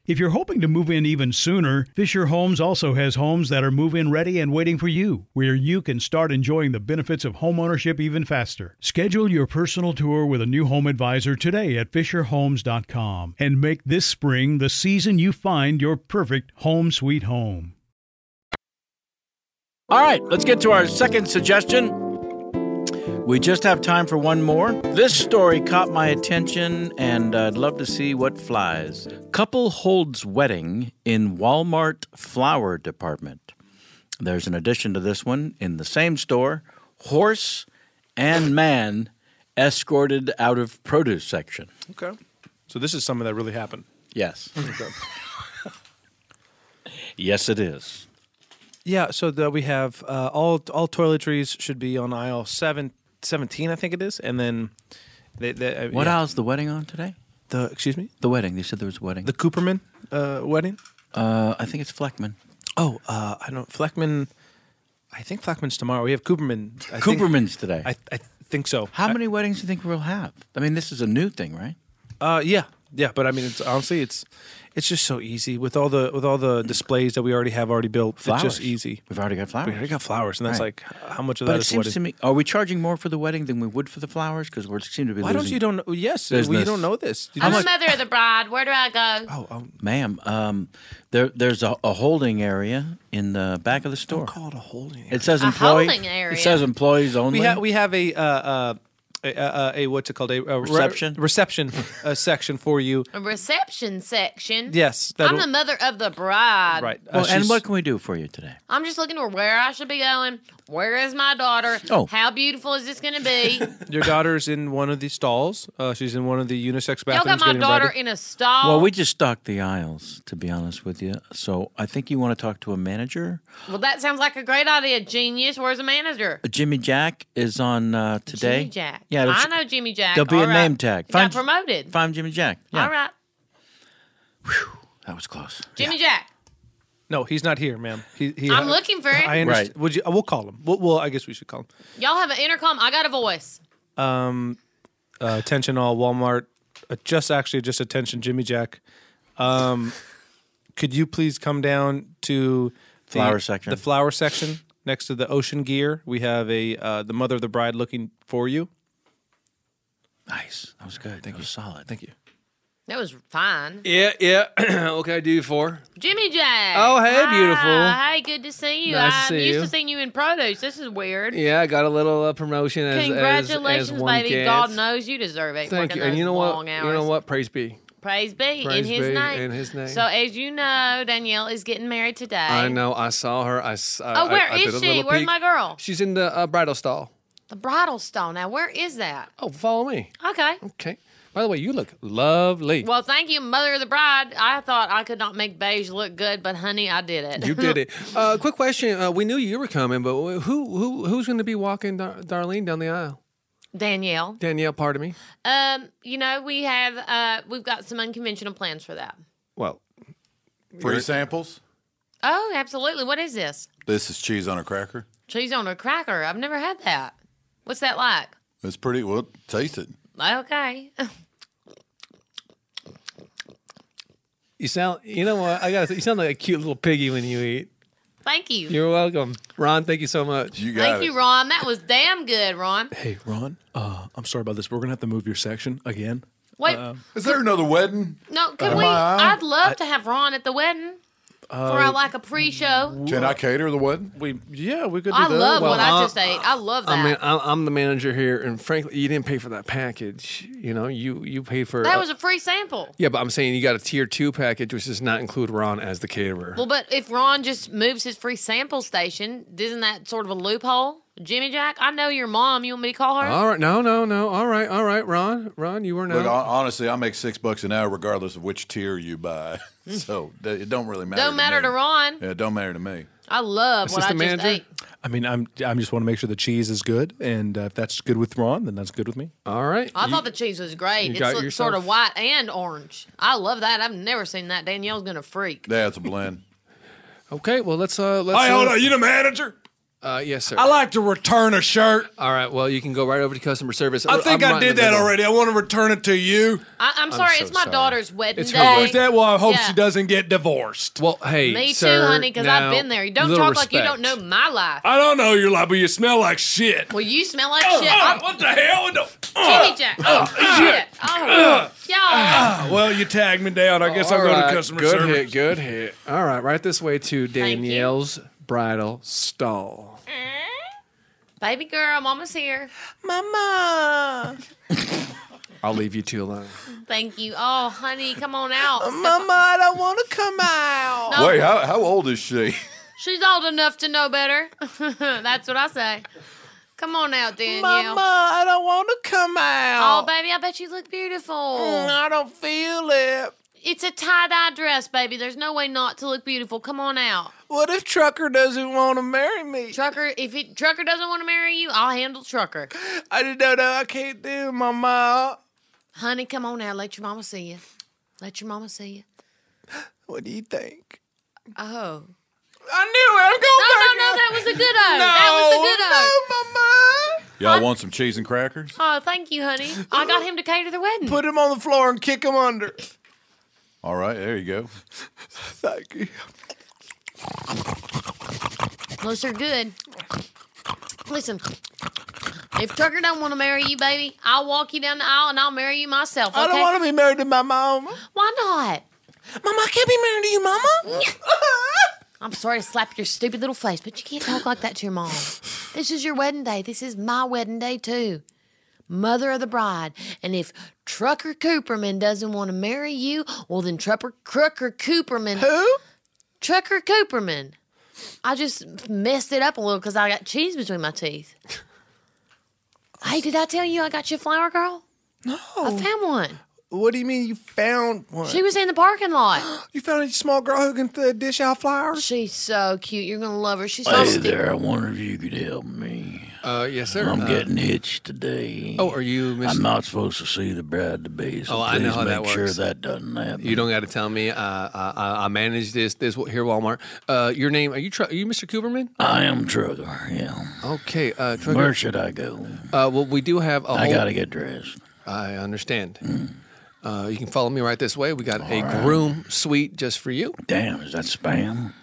If you're hoping to move in even sooner, Fisher Homes also has homes that are move in ready and waiting for you, where you can start enjoying the benefits of homeownership even faster. Schedule your personal tour with a new home advisor today at FisherHomes.com and make this spring the season you find your perfect home sweet home.
All right, let's get to our second suggestion. We just have time for one more. This story caught my attention, and I'd love to see what flies. Couple holds wedding in Walmart flower department. There's an addition to this one in the same store horse and man escorted out of produce section.
Okay. So this is something that really happened.
Yes. Yes, it is.
Yeah, so the, we have uh, all all toiletries should be on aisle seven, 17, I think it is, and then they, they, uh,
What
yeah.
aisle's the wedding on today?
The excuse me?
The wedding. They said there was a wedding.
The Cooperman uh, wedding?
Uh, I think it's Fleckman.
Oh, uh, I don't. Fleckman. I think Fleckman's tomorrow. We have Cooperman. I think-
Cooperman's today.
I, I think so.
How many weddings do you think we'll have? I mean, this is a new thing, right?
Uh, yeah, yeah. But I mean, it's honestly, it's it's just so easy with all the with all the displays that we already have already built. It's
Flowers.
just easy.
We've already got flowers.
We already got flowers, and that's
Right.
like how much of
but
that
it
is
seems
what
to me, are we charging more for the wedding than we would for the flowers? Because we seem to be.
Why don't you don't? know- Yes, we
business.
don't know this. You
I'm
just-
the mother of the bride. Where do I go?
Oh,
ma'am? Um, there, there's a, a holding area in the back of the store.
call it a holding.
It says
A
employee.
holding area.
It says employees only.
We have we have a uh, uh, a, a, a what's it called a, a re-
Reception?
reception uh, section for you.
A reception section.
Yes,
I'm
that'll-
the mother of the bride.
Right. Uh,
Well, and
she's-
what can we do for you today?
I'm just looking for where I should be going. Where is my daughter?
Oh.
How beautiful is this going to be?
Your daughter's in one of the stalls. Uh, she's in one of the unisex bathrooms.
Y'all got my
getting
daughter
ready.
in a stall.
Well, we just stocked the aisles, to be honest with you. So I think you want to talk to a manager.
Well, that sounds like a great idea. Genius. Where's the manager?
Jimmy Jack is on uh, today.
Jimmy Jack.
Yeah,
I
there's-
know Jimmy Jack.
There'll be
All
a
right.
name tag.
He
Find-
Got promoted.
Find Jimmy Jack. Yeah,
All right,
that was close.
Jimmy Jack.
No, he's not here, ma'am. He, he,
I'm looking for him.
I understand.
Right.
Would you? We'll call him. We'll, well, I guess we should call
Y'all have an intercom. I got a voice.
him. Um, uh, attention, all Walmart. Uh, just actually, just attention, Jimmy Jack. Um, could you please come down to the
Flower section.
The flower section next to the ocean gear. We have a uh, the mother of the bride looking for you.
Nice. That was good. Thank that you. Was solid. Thank
you.
That was fine.
Yeah, yeah. what can I do you for?
Jimmy Jack.
Oh, hey,
Hi.
beautiful.
Hey, good to see you.
Nice to
I'm
see
used
you.
to seeing you in produce. This is weird.
Yeah, I got a little uh, promotion as as,
Congratulations,
as one
baby.
gets.
God knows you deserve it.
Thank
working
you. And
those
you know
long
what?
Hours.
You know what? Praise be.
Praise be in
Praise
his
be
name.
in his name.
So as you know, Danielle is getting married today.
I know. I saw her. I. s- I-
oh, where
I, I
is
did a
she?
little
Where's
peek.
my girl?
She's in the uh, bridal stall.
The bridal stone. Now, where is that?
Oh, follow me.
Okay.
Okay. By the way, you look lovely.
Well, thank you, mother of the bride. I thought I could not make beige look good, but honey, I did it.
you did it. Uh, quick question. Uh, we knew you were coming, but who who who's going to be walking Dar- Darlene down the aisle?
Danielle.
Danielle, pardon me.
Um, you know, we have uh we've got some unconventional plans for that.
Well,
free samples.
Oh, absolutely. What is this?
This is cheese on a cracker.
Cheese on a cracker. I've never had that. What's that like?
It's pretty. Well, taste it.
Okay.
You sound. You know what? I got. to You sound like a cute little piggy when you eat.
thank you.
You're welcome, Ron. Thank you so much.
You
thank you, Ron. That was damn good, Ron.
Hey, Ron. Uh, I'm sorry about this. We're gonna have to move your section again. Uh,
Wait.
is there another wedding?
No, can
Uh-huh.
Am
we
I-
I'd love to have Ron at the wedding for
Uh,
Uh,
our like a pre-show.
Can I cater the wedding?
We yeah, we could.
I
do that.
love
Well,
what I
uh,
just ate. I love that.
I mean, I'm, I'm the manager here, and frankly, you didn't pay for that package. You know, you you paid for
that was a free sample.
yeah, but I'm saying you got a tier two package, which does not include Ron as the caterer.
Well, but if Ron just moves his free sample station, isn't that sort of a loophole? Jimmy Jack, I know your mom. You want me to call her?
All right, no, no, no. All right, all right, Ron, Ron, you were
Look, hon-
not.
honestly, I make six bucks an hour regardless of which tier you buy, so d- it don't really matter.
Don't matter
me.
to Ron.
Yeah, it don't matter to me.
I love what I
Assistant
just
manager?
ate.
I mean, I'm I'm just want to make sure the cheese is good, and uh, if that's good with Ron, then that's good with me.
All right.
I thought the cheese was
you
great.
got
It's look-
yourself-
sort of white and orange. I love that. I've never seen that. Danielle's gonna freak.
Yeah, it's a blend.
okay, well let's uh let's.
Hey,
uh,
hold on. You the manager?
Uh, yes, sir.
I like to return a shirt.
All right, well you can go right over to customer service.
I think
I'm
I
right in
did
the
that
middle.
already. I want to return it to you.
I,
I'm
I'm sorry,
so
it's my
sorry.
daughter's wedding
It's her
day.
birthday.
Is that why I hope
Yeah.
she doesn't get divorced?
Well, hey,
Me too, honey, because I've been there. You don't talk like you don't know my life.
I don't know your life, but you smell like shit.
Well, you smell like
Oh,
shit.
oh,
I'm-
what the hell? No.
Jimmy Jack. Oh, shit.
Uh,
Oh, y'all.
Ah, well, you tagged me down. I guess I'll go
All right,
to customer
good
service.
hit, good hit. All right, right this way to Danielle's bridal stall.
Baby girl, mama's here.
Mama.
I'll leave you two alone.
Thank you. Oh, honey, come on out.
Mama, I don't want to come
Oh,
out.
No. Wait,
how, how old is she?
She's old enough to know better. That's what I say. Come on out, Danielle.
Mama, I don't want to come out.
Oh, baby, I bet you look beautiful.
Mm, I don't feel it.
It's a tie dye dress, baby. There's no way not to look beautiful. Come on out.
What if Trucker doesn't want to marry me?
Trucker, if it, Trucker doesn't want to marry you, I'll handle Trucker.
I just don't know. I can't do it, Mama.
Honey, come on now. Let your mama see you. Let your mama see you.
What do you think?
Oh.
I knew it. I'm going
No, no,
back
no,
out.
that was a good O. That was a
No,
good uh, O.
No, Mama.
Y'all want some cheese and crackers?
Oh, thank you, honey. I got him to cater the wedding.
Put him on the floor and kick him under.
All right, there you go.
Thank you.
Those are good. Listen, if Trucker don't want to marry you, baby, I'll walk you down the aisle and I'll marry you myself.
I don't
Oh, okay?
want to be married to my mom. Mama,
Why not?
I can't be married to you, Mama.
I'm sorry to slap your stupid little face, but you can't talk like that to your mom. This is your wedding day. This is my wedding day, too. Mother of the bride. And if Trucker Cooperman doesn't want to marry you, well, then Trupper, Trucker Cooperman.
Who?
Trucker Cooperman. I just messed it up a little because I got cheese between my teeth. hey, did I tell you I got you a flower girl?
No.
I found one.
What do you mean you found one?
She was in the parking lot.
You found a small girl who can th- dish out flowers?
She's so cute. You're going to love her. She's so
Hey
sti-
there, I wonder if you could help me.
Uh, yes, sir.
I'm
Uh,
getting hitched today.
Oh, are you? Miss-
I'm not supposed to see the bride to be. So
oh, I
please
know how
make
that
sure
works.
that doesn't happen.
You don't got to tell me. Uh, I, I, I manage this this here Walmart. Uh, your name? Are you? Tru- are you Mr. Cooperman?
I am Trucker. Yeah.
Okay. Uh, Trucker.
Where should I go?
Uh, well, we do have a
I
whole-
gotta get dressed. Mm.
I understand. Uh, you can follow me right this way. We got a groom suite just for you.
Damn, is that spam?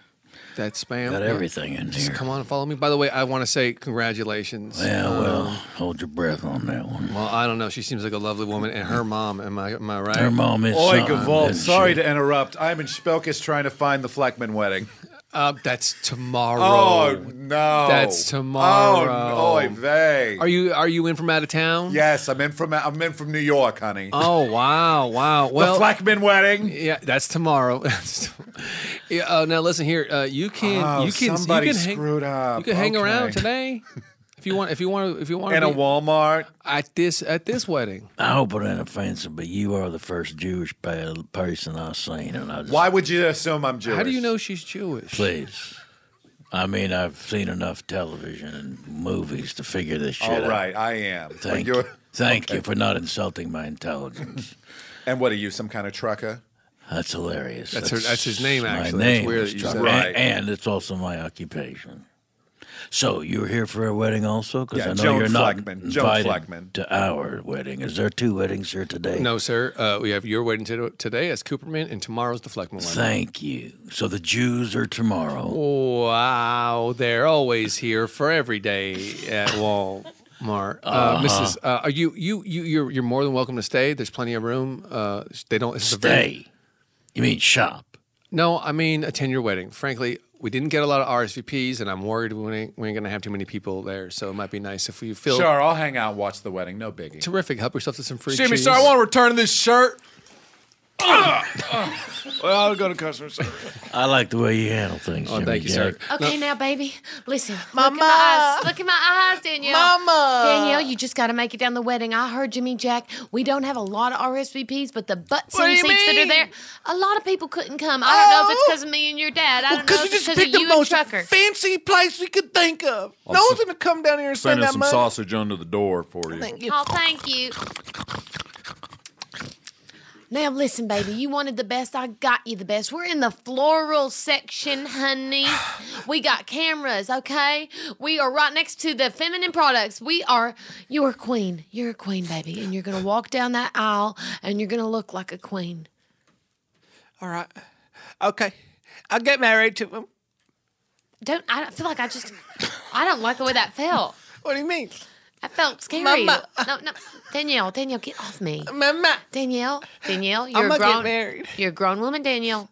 That's spam.
Got
yeah.
everything in
Just
here.
come on and follow me. By the way, I want to say congratulations.
Yeah,
Um,
well,
Hold your breath on that one.
Well, I don't know. She seems like a lovely woman, and her mom. Am I am I right?
Her mom
Oi, Gavolt, sorry to interrupt. I'm in Spelkus trying to find the Fleckman wedding.
Uh, that's tomorrow.
Oh, no.
That's tomorrow.
Oh, no, oy vey.
Are you are you in from out of town?
Yes, I'm in from I'm in from New York, honey.
Oh wow, wow. Well,
Fleckman wedding.
Yeah, that's tomorrow. yeah, uh, now listen here. Uh, you can
Oh,
you can
somebody
you can hang,
screwed up.
You can hang around
Okay.
today if you want. If you want. If you want.
In a
Walmart
at this at this wedding.
I hope it ain't offensive, but you are the first Jewish pa- person I've seen, and I just
Why would you assume I'm Jewish?
How do you know she's Jewish?
please. I mean, I've seen enough television and movies to figure this shit out.
All right, I am. But
Thank you.
you're-
Thank
Okay.
you for not insulting my intelligence.
And what are you, some kind of trucker?
That's hilarious.
That's her- that's his name,
my
actually. That's
name
weird
is
that you
Chuck.
said
And-
that.
And, it's also my occupation. So you were here for a wedding also, because
Yeah,
I know
Joan
you're not
Fleckman. Joan
invited
Fleckman.
to our wedding. Is there two weddings here today?
No, sir. Uh, we have your wedding to- today as Cooperman, and tomorrow's the Fleckman wedding.
Thank you. So the Jews are tomorrow.
Wow, they're always here for every day at Walmart. Uh,
Uh-huh.
Mrs. Uh, are you you you you're, you're more than welcome to stay. There's plenty of room. Uh, they don't it's a very-
Stay. You mean shop?
No, I mean attend your wedding. Frankly, we didn't get a lot of RSVPs, and I'm worried we ain't, we ain't going to have too many people there. So it might be nice if we fill.
Sure, I'll hang out and watch the wedding. No biggie.
Terrific. Help yourself to some free
Excuse me,
cheese.
sir, I
want to return this shirt.
Ah,
well, I'll go to customer service.
I like the way you handle things.
Oh, thank you, sir.
Okay, now, baby, listen. Mama. Look in my eyes. Look in my eyes, Danielle.
Mama.
Danielle, you just got to make it down the wedding. I heard Jimmy Jack. We don't have a lot of RSVPs, but the butt
What do
seat
you
seats that are
mean?
there, Oh, a lot of people couldn't come. I don't know if it's
Oh.
because of me and your dad. I
Well,
don't
'cause
know
we
if it's
just
because of
picked the
you and
most
Trucker.
Fancy place we could think of.
I'm
no
so-
one's gonna come down here and spend
Sending
that
some
money.
sausage under the door for you.
Thank you.
Oh, thank you. Now listen, baby. You wanted the best. I got you the best. We're in the floral section, honey. We got cameras, okay? We are right next to the feminine products. We are your queen. You're a queen, baby, and you're gonna walk down that aisle and you're gonna look like a queen.
All right. Okay. I'll get married to him.
Don't I don't feel like I just I don't like the way that felt.
What do you mean?
That felt scary.
Mama.
No, no, Danielle, Danielle, get off me.
Mama.
Danielle, Danielle, you're
I'ma
a
get
grown.
married. Mm-hmm.
You're a grown woman, Danielle.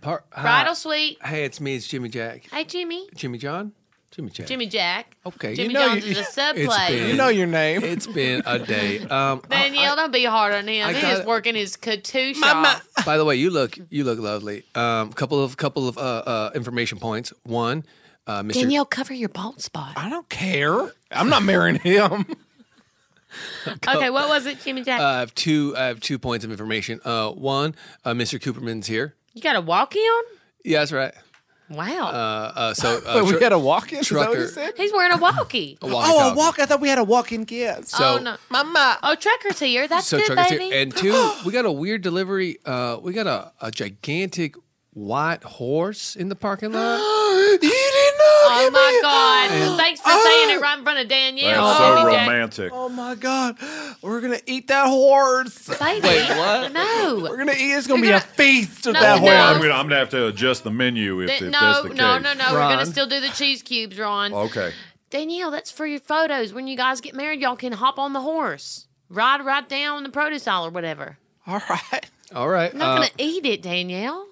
Par- hi.
Bridal suite.
Hey, it's me. It's Jimmy Jack.
Hey, Jimmy.
Jimmy John. Jimmy Jack.
Jimmy Jack.
Okay,
Jimmy
you know
Jones
you-
is a sub
it's
play.
been- You know
your name.
It's been a day. Um,
Danielle, don't be hard on him.
I
he
got-
is working his katoosh off.
By the way, you look you look lovely. Um, couple of couple of uh, uh, information points. One, uh, Mr.
Danielle, cover your bald spot. I
don't care. I'm not marrying him.
Okay, what was it, Jimmy Jack?
I have two. I have two points of information. Uh, one, uh, Mr. Cooperman's here.
you got a walkie on?
Yeah, that's right. Uh,
Wow.
uh, so uh,
Wait, we had a walk-in? Is that what
Trucker.
you said?
He's wearing a walkie.
A walkie-talkie.
walk. I thought we had Oh, a walk-in gift.
oh, no. Mama. Oh, Trucker's here. That's
so
good,
Trucker's
baby.
here. And two, we got a weird delivery. Uh, we got a, a gigantic white horse in the parking lot.
you didn't know.
Oh my God! Thanks for saying it right in front of Danielle. Jimmy Jack.
Oh my god, we're gonna eat that horse.
Baby,
Wait, what?
No, we're
gonna eat. It's gonna be a feast of
No,
that
no.
horse.
I'm gonna, I'm gonna have to adjust the menu if,
Da-
if that's
no,
the case.
no, no, no. We're gonna still do the cheese cubes, Ron.
Okay.
Danielle, that's for your photos. When you guys get married, y'all can hop on the horse, ride right down the produce aisle or whatever.
All right.
All right.
I'm not
uh,
gonna eat it, Danielle.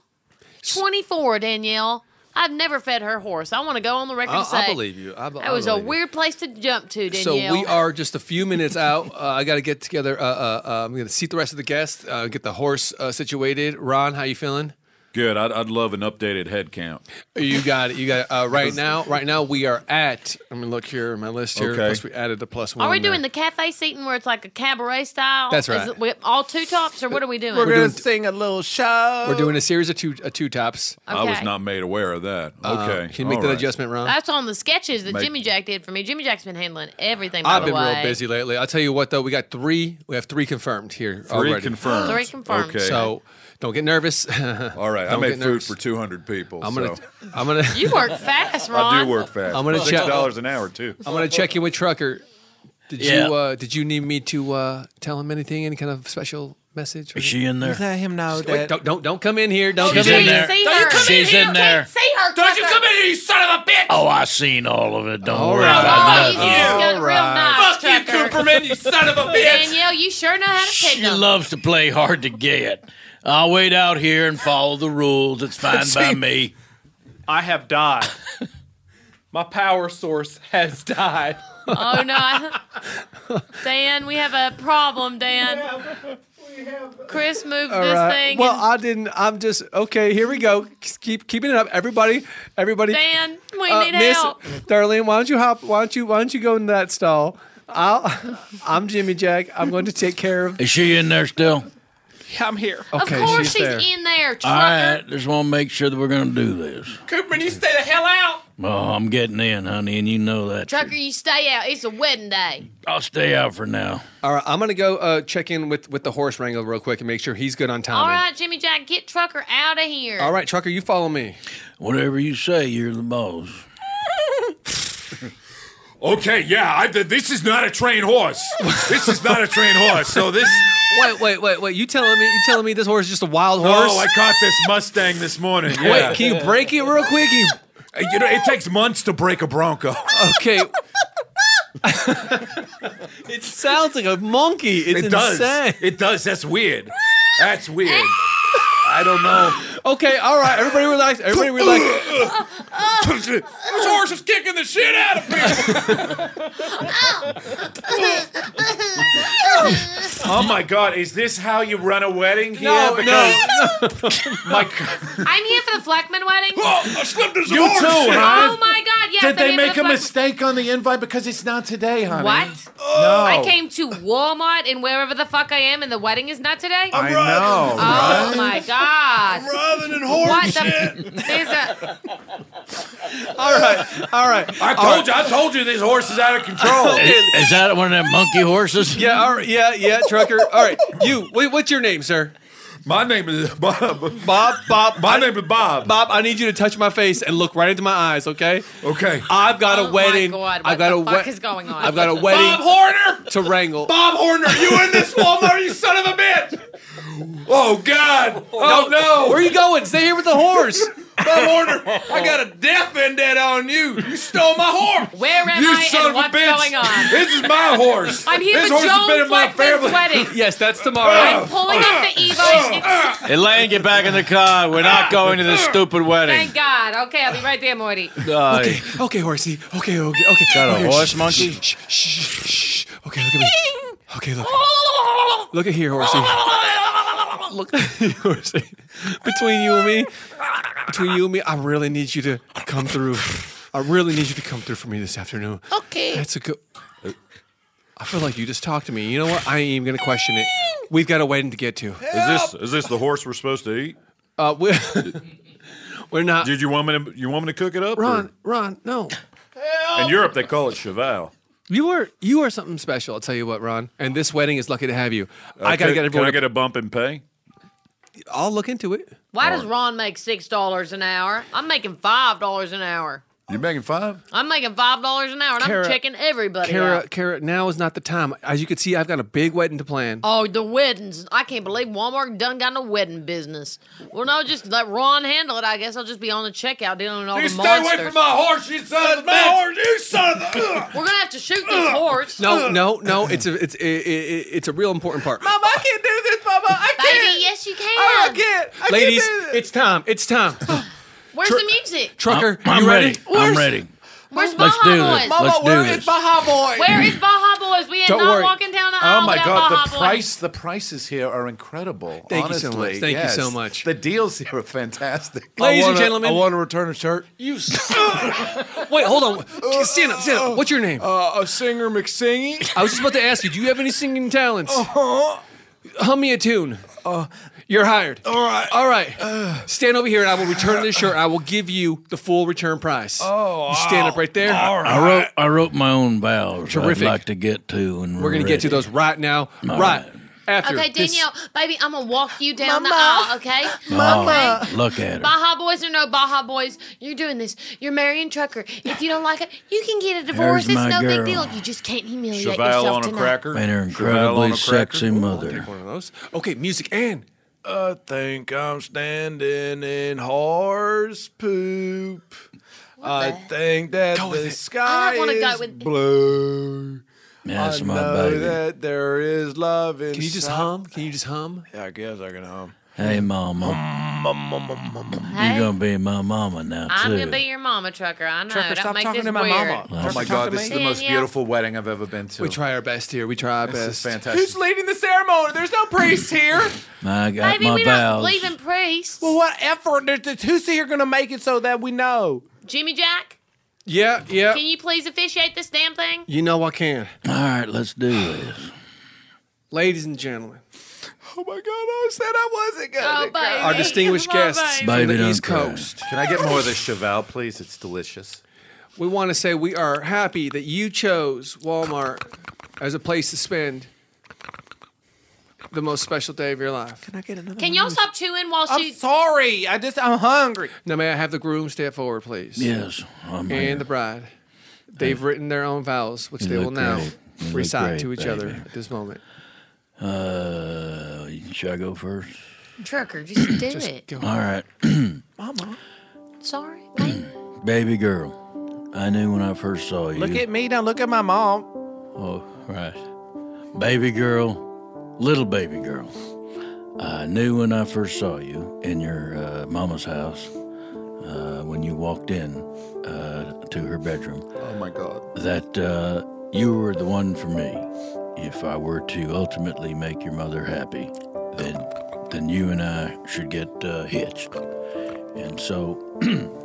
Twenty-four, Danielle. I've never fed her horse. I want to go on the record
I-
and say
I believe you. I, be- I
that was a
believe you.
weird place to jump to,
So
Danielle.
we are just a few minutes out. Uh, I got to get together. Uh, uh, uh, I'm going to seat the rest of the guests. Uh, get the horse uh, situated. Ron, how you feeling?
Good. I'd, I'd love an updated head count.
You got it. You got it. Uh, right now. Right now we are at. I'm gonna look here in my list here.
Okay.
Plus we added the plus one.
Are we doing the cafe seating where it's like a cabaret style?
That's right.
Is it with all two tops, or what are we doing?
We're, gonna sing a little show.
We're doing a series of two uh, two tops.
I was Oh. Okay. not
made aware of that.
Okay.
can you make
All
that
right.
adjustment, Ron?
That's on the sketches that
Make-
Jimmy Jack did for me. Jimmy Jack's been handling everything. By
I've
the
been
way.
real busy lately. I'll tell you what though, we got three. We have three confirmed here.
Three
already.
confirmed. Three confirmed. Okay.
So don't get nervous. All
right, I
Don't
made
get
food
nervous.
for 200 people.
I'm gonna.
so.
I'm gonna.
You work fast, Ron.
I do work fast.
I'm gonna check
dollars an hour too.
I'm gonna check in with Trucker. Did
Yeah.
you uh, did you need me to uh, tell him anything? Any kind of special message? Is
she in there?
Let him know
Wait,
that-
don't don't don't come in here. Don't
She's
come
in
in
there.
there.
She's in there.
See her.
Don't you
Tucker.
come in
you son of a bitch!
Oh, I seen all of it. Don't All worry right. about Oh, nothing. you just got
real nice,
Fuck you,
Tucker.
Cooperman, you son of a bitch!
Danielle, you sure know how to pick
She
'em.
loves to play hard to get. I'll wait out here and follow the rules. It's fine by
See?
me.
I have died. My power source has died.
Oh no, Dan, we have a problem, Dan. Chris moved
All
this
right.
thing.
Well, I didn't. I'm just okay. Here we go. Just Keep keeping it up, everybody. Everybody. Uh,
Dan, we need
Miss
help.
Darlene, why don't you hop? Why don't you? Why don't you go in that stall? I'll, I'm Jimmy Jack. I'm going to take care of.
Is she in there still?
Yeah, I'm here.
Okay,
of course
she's
she's
there.
in there,
All
trucker.
right, just want to make sure that we're going to do this.
Cooperman, you stay the hell out.
Oh, I'm getting in, honey, and you know that.
Trucker, you stay out. It's a wedding day.
I'll stay out for now.
All right, I'm going to go uh, check in with with the horse wrangler real quick and make sure he's good on time.
All right, Jimmy Jack, get Trucker out of here.
All right, Trucker, you follow me.
Whatever you say, you're the boss.
Okay, yeah, I, th- this is not a trained horse. this is not a trained horse. So this.
Wait, wait, wait, wait. You telling me? You telling me this horse is just a wild horse?
Oh, I caught this Mustang this morning. yeah.
Wait, can you break it real quick? Can you-
Uh, You know, it takes months to break a Bronco.
Okay. it sounds like a monkey. It's
it does.
insane.
It does. That's weird. That's weird. I don't know.
Okay, all right. Everybody relax. Everybody
relax. this
horse is kicking the shit out of me!
oh my God! Is this how you run a wedding here?
No,
my
I'm here for the Fleckman wedding.
I slipped as a You horse. too, huh?
Oh my God! Yes,
Did
I'm
they
here for
make
the
a
Fleckman-
mistake on the invite? Because it's not today, honey.
What?
Oh.
No.
I came to Walmart and wherever the fuck I am, and the wedding is not today.
I know,
Oh
right?
my god!
Rather than
horse
What the? There's a.
All right, all right.
I told you. I told you this horse is out of control.
Is, is that one of them monkey horses?
Yeah, all right, yeah, yeah, trucker. All right, you. Wait, what's your name, sir?
My name is Bob.
Bob. Bob.
My name is Bob.
Bob, I need you to touch my face and look right into my eyes, okay?
Okay.
I've got a wedding.
Oh God, what
I've got
the
a
fuck
we-
is going on?
I've got a wedding.
Bob Horner.
to wrangle.
Bob Horner, you in this Walmart? You son of a bitch! Oh God! Oh no!
Where are you going? Stay here with the horse.
Bob Horner, I got a death vendetta on you. You stole my horse.
Where am
you
I
son
and
of
what's
a bitch.
going on?
This is my horse.
I'm here
this
for
horse has
Joan
been in my
Fleckman's
family.
wedding.
Yes, that's
I'm pulling up the Evo. It's-
Elaine, get back in the car. We're
Ah.
not going to this stupid wedding. Uh,
Thank God. Okay, I'll be right there, Morty.
Okay, okay, horsey. Okay, okay, okay.
Is that a
okay,
horse
shh,
monkey?
Shh, shh, shh, shh, shh. Okay, look at me. Okay, look. Look at here, horsey. Look at here, horsey. Between you and me, between you and me, I really need you to come through. I really need you to come through for me this afternoon.
Okay.
That's a good. I feel like you just talked to me. You know what? I ain't even gonna question it. We've got a wedding to get to.
Is this is this the horse we're supposed to eat?
Uh, we're, we're not.
Did you want me to you want me to cook it up? or-
Ron, Ron, no.
In Europe, they call it cheval.
You are you are something special. I'll tell you what, Ron. And this wedding is lucky to have you.
Uh,
I gotta get
can- Can
everyone.
I get a bump in pay?
I'll look into it.
Why does Ron make six dollars an hour? I'm making five dollars an hour.
You making five?
I'm making five dollars an hour, and
Kara-
I'm checking everybody
Kara,
out.
Kara, now is not the time. As you can see, I've got a big wedding to plan.
Oh, the weddings! I can't believe Walmart done got no wedding business. Well, no, just let Ron handle it. I guess I'll just be on the checkout dealing with all
You
the
stay away
monsters.
from my horse, you son of a bitch!
bitch.
you son of a...
We're gonna have to shoot this horse.
No, no, no. It's a it's it, it, it's a real important part.
Mama, I can't do this, Mama. I can't.
Baby, yes, you can.
Oh, I can't. I
Ladies,
can't do this.
it's time. It's time.
Where's
Tru-
the music?
Trucker,
I'm, I'm
you ready?
ready. I'm ready.
Where's Baja
Let's do
Boys?
this. Let's do this.
Baja Boys? Where is Baja Boys? We are
Don't
not
worry.
walking down the aisle
Oh my
without
God!
Baja
the
Boys.
price, the prices here are incredible.
Thank you so
honestly.
much. Thank you so
Yes.
much.
The deals here are fantastic.
Ladies and gentlemen.
I want to return a shirt.
You. Wait, hold on. Stand up, stand up. What's your name?
Uh, a singer McSingy.
I was just about to ask you. Do you have any singing talents? Uh-huh. Hum me a tune. Uh, You're hired. All right. Uh. All right. stand over here, and I will return this shirt. I will give you the full return price. Oh. You stand up right there. All
I wrote I wrote my own vows.
Terrific.
I'd like to get to, and
We're gonna get to those right now. right. After
Okay,
this-
Danielle, baby, I'm gonna walk you down the aisle, okay?
Mama. look at her.
Baja Boys or no Baja Boys, you're doing this. You're marrying Trucker. If you don't like it, you can get a divorce.
There's my
it's no
girl.
big deal. You just can't humiliate
Cheval
yourself
on a
tonight.
cracker. And her incredibly sexy mother.
One of those. Okay, music and
I think I'm standing in horse poop. I think that the
I
sky
don't wanna go
is
with-
blue.
That's
I
my
know
baby.
that there is love in
Can you just hum? Can you just hum?
Yeah, I guess I can hum.
Hey, mama. Mmm,
Hey.
You're going to be my mama now,
I'm
too.
gonna be your mama, trucker. I know.
Trucker,
Don't
stop
make
talking
this
to my
weird.
mama.
Oh my God, this is the most
Danielle.
beautiful wedding I've ever been to.
We try our best here. We try our
This is
best.
fantastic.
Who's leading the ceremony? There's no priest here.
I got
Baby,
my
we
vows.
don't believe in priests.
well, what effort? There's, there's, who's here going to make it so that we know?
Jimmy Jack,
Yeah, yeah.
can you please officiate this damn thing?
You know I can.
All right, let's do this.
Ladies and gentlemen,
Oh my God, I said I wasn't going
Oh, baby.
our distinguished guests
Baby,
from the
don't
East
cry.
Coast.
Can I get more of the Chevelle, please? It's delicious.
We want to say we are happy that you chose Walmart as a place to spend the most special day of your life. Can I get another?
Can y'all stop chewing while
I'm
she?
sorry. I just, I'm hungry.
Now, may I have the groom step forward, please?
Yes, oh, I'm
and
here.
the bride. They've written their own vows, which
You
they will
look
now
great. You look
recite
great,
to each other
baby.
at this moment.
Uh, should I go first?
Trucker, just do
Just
it.
go.
All right.
Mama.
Sorry.
Baby girl, I knew when I first saw you.
Look at me. Don't look at my mom.
Oh, right. Baby girl, little baby girl. I knew when I first saw you in your uh, mama's house uh, when you walked in uh, to her bedroom
Oh my God.
that uh, you were the one for me. If I were to ultimately make your mother happy, then then you and I should get uh, hitched. And so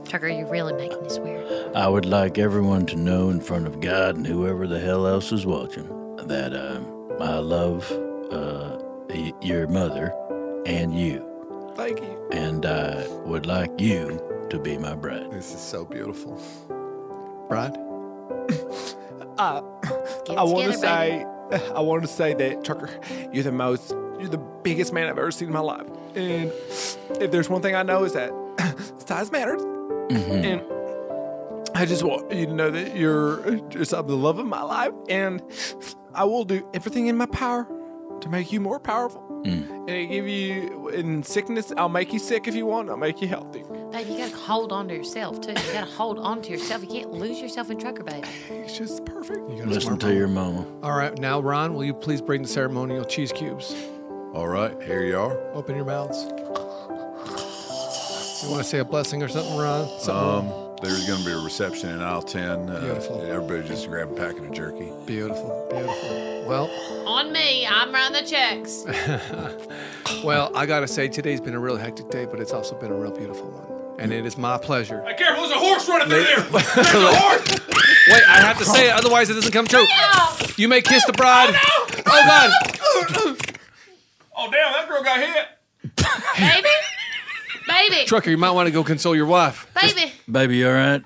Trucker, you're really making this weird.
I would like everyone to know in front of God and whoever the hell else is watching that um I love uh, y- your mother and you.
Thank you.
And I would like you to be my bride.
This is so beautiful.
Bride?
Uh,
Get
I want to
together,
say, I want to say that Trucker, you're the most, you're the biggest man I've ever seen in my life. And if there's one thing I know is that size matters.
Mm-hmm.
And I just want you to know that you're just I'm the love of my life, and I will do everything in my power to make you more powerful. And I give you in sickness, I'll make you sick if you want. I'll make you healthy.
Babe, you gotta hold on to yourself too. You gotta hold on to yourself. You can't lose yourself in Trucker, babe.
It's just perfect.
You got a
Listen
smart
to
mom.
your mama.
All right, now, Ron, will you please bring the ceremonial cheese cubes?
All right, here you are.
Open your mouths. You want to say a blessing or something, Ron? Something
Um, there's going to be a reception in aisle 10. Uh,
Beautiful.
Everybody just grab a packet of jerky.
beautiful, beautiful. Well,
On me, I'm running the checks.
well, I gotta say today's been a real hectic day, but it's also been a real beautiful one, and it is my pleasure.
Hey, careful, there's a horse running through there. There's a horse.
Wait, I have to say it, otherwise it doesn't come true. You may kiss the bride. Oh God!
Oh, damn, that girl got hit.
baby, baby,
Trucker, you might want to go console your wife.
baby.
Baby, you all right?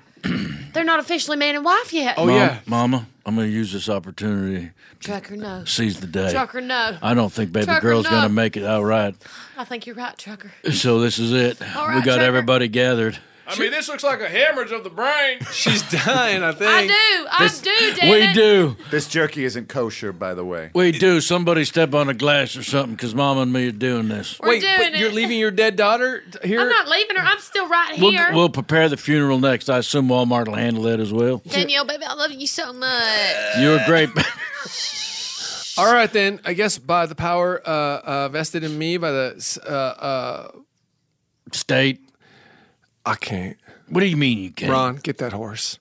They're not officially man and wife yet.
Oh,
Mom-
yeah.
Mama, I'm going to use this opportunity
Trucker, no.
to seize the day.
Trucker, no.
I don't think baby
Trucker,
girl's
uh, no.
going to make it all right.
I think you're right, Trucker.
So this is it.
All
we
right,
got
Trevor.
everybody gathered.
I mean, this looks like a hemorrhage of the brain.
She's dying, I think.
I do, I
This-
do, damn
we
it.
do.
This jerky isn't kosher, by the way.
We do. Somebody step on a glass or something because mom and me are doing this.
We're
Wait,
doing
but you're
it.
leaving your dead daughter t- here?
I'm not leaving her. I'm still right here.
We'll, we'll prepare the funeral next. I assume Walmart will handle that as well.
Danielle, baby, I love you so much.
You're a great.
All right, then. I guess by the power uh, uh, vested in me by the s- uh, uh,
State.
I can't.
What do you mean you can't?
Ron, get that horse.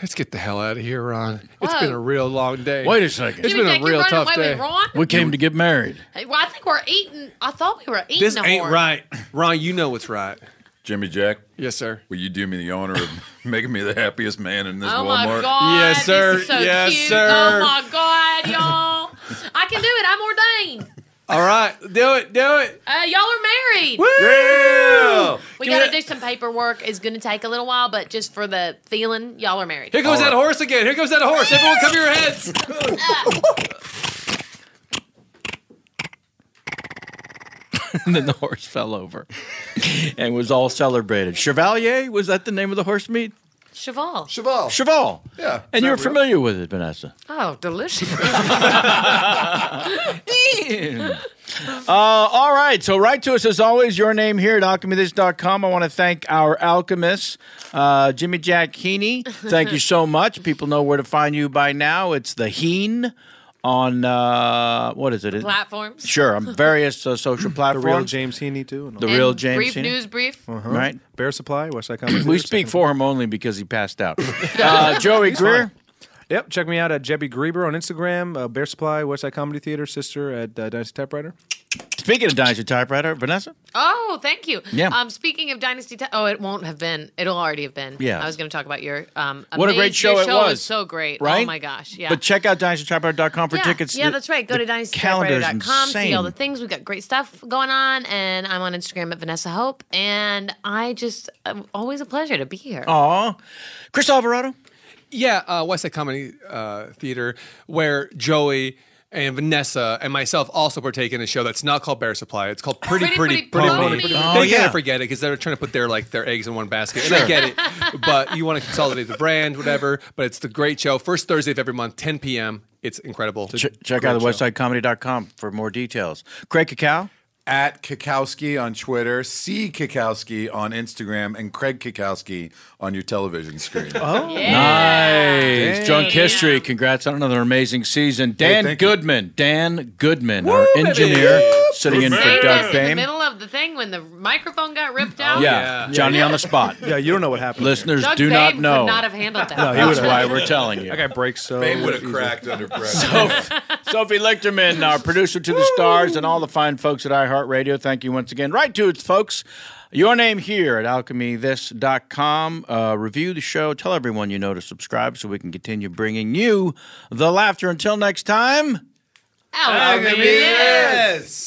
Let's get the hell out of here, Ron. It's been
Whoa.
a real long day.
Wait a second.
It's been
Jack,
a
you're
real
running
tough
away
day.
with Ron?
We came to get married.
Hey, Well, I think we're eating. I thought we were eating.
This
a
ain't
horn.
right. Ron, you know what's right.
Jimmy Jack,
Yes, sir.
will you do me the honor of making me the happiest man in this
Oh
Walmart?
my god!
Yes, sir.
This is so
Yes,
cute.
sir.
Oh my god, y'all! I can do it. I'm ordained.
All right, do it, do it.
Uh, y'all are married.
Yeah!
We gotta do some paperwork. It's gonna take a little while, but just for the feeling, y'all are married.
Here comes that horse again. Here comes that horse. Everyone, cover your heads.
and then the horse fell over and was all celebrated. Chevalier, was that the name of the horse meat?
Cheval.
Cheval.
Cheval.
Oh. Yeah.
And you're
Not real.
familiar with it, Vanessa.
Oh, delicious.
Uh, all right. So write to us as always. Your name here at alchemythis.com. I want to thank our alchemists, uh, Jimmy Jack Heaney. Thank you so much. People know where to find you by now. It's the Heen on uh, what is it?
Platforms.
Sure, on various uh, social platforms.
real James Heaney too. and all
The
that.
real James.
brief
Heaney.
news brief.
Uh-huh. Right.
Bear Supply, Westside Comedy.
we
Theater.
speak for him only because he passed out. Uh, Joey
He's
Greer.
fine. Yep, check me out at Jebby Grieber on Instagram, uh, Bear Supply, Westside Comedy Theater, Sister at uh, Dynasty Typewriter.
Speaking of Dynasty Typewriter, Vanessa.
Oh, thank you.
Yeah.
Um, speaking of Dynasty, Ti- oh, it won't have been. It'll already have been.
Yeah.
I was going to talk about your um.
What a great
amazing- your
show it
show
was,
so great.
right?
Oh my gosh. Yeah.
But check out dynastytypewriter.com for
yeah,
tickets.
Yeah,
The-
that's right. Go to
the calendar's
dynastytypewriter.com, see all the
insane.
things. We've got great stuff going on, and I'm on Instagram at Vanessa Hope. And I just uh, always a pleasure to be here.
Aw. Chris Alvarado?
Yeah, uh, Westside Comedy uh, Theater, where Joey and Vanessa and myself also partake in a show that's not called Bear Supply. It's called Pretty
Pretty,
Pretty Pretty,
Pretty Pony.
Pony. they
Pretty,
Oh,
Pretty
kind
Pony.
of forget it because they're trying to put their like their eggs in one basket. And I
Sure.
get it, but you want to consolidate the brand, whatever. But it's the great show. First Thursday of every month, 10 p.m. It's incredible.
Ch- check out the websitecomedy.com for more details. Craig Cacao?
At Kakowski on Twitter, C. Kakowski on Instagram, and Craig Kakowski on your television screen.
Oh, nice.
Damn.
Drunk history. Congrats on another amazing season. Dan
thank you.
Goodman. Dan Goodman, our engineer, sitting in for
Saved us
Doug
in the
Fame. Oh,
middle of the thing when the microphone got ripped out.
yeah. Johnny on the spot.
Yeah, you don't know what happened.
Listeners
Doug
do not
Fame
know.
Could not have handled
Oh,
that.
No, he That's would've- why we're telling you.
That guy breaks so.
Bane would've
easy.
cracked under pressure.
Sophie Lichterman, our producer to the stars, and all the fine folks at iHeartRadio. Thank you once again. Right to it, folks. Your name here at alchemythis.com. Uh, review the show. Tell everyone you know to subscribe so we can continue bringing you the laughter. Until next time.
Alchemy is.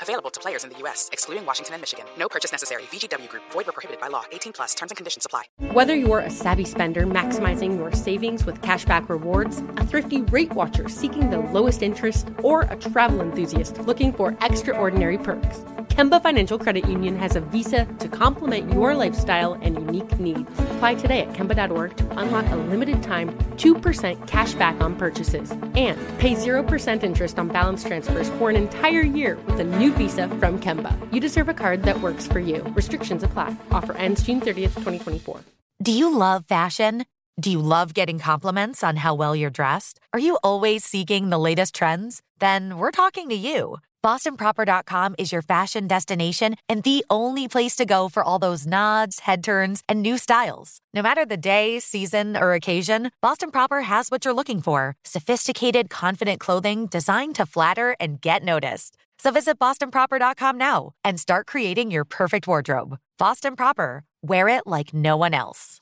Available to players in the U.S., excluding Washington and Michigan. No purchase necessary. VGW Group. Void were prohibited by law. 18 plus. Terms and conditions apply.
Whether you're a savvy spender maximizing your savings with cashback rewards, a thrifty rate watcher seeking the lowest interest, or a travel enthusiast looking for extraordinary perks, Kemba Financial Credit Union has a visa to complement your lifestyle and unique needs. Apply today at Kemba.org to unlock a limited time 2% cashback on purchases and pay 0% interest on balance transfers for an entire year with a new visa from Kemba. You deserve a card that works for you. Restrictions apply. Offer ends June 30th, 2024.
Do you love fashion? Do you love getting compliments on how well you're dressed? Are you always seeking the latest trends? Then we're talking to you, BostonProper.com is your fashion destination and the only place to go for all those nods, head turns, and new styles. No matter the day, season, or occasion, Boston Proper has what you're looking for sophisticated, confident clothing designed to flatter and get noticed. So visit BostonProper.com now and start creating your perfect wardrobe. Boston Proper, wear it like no one else.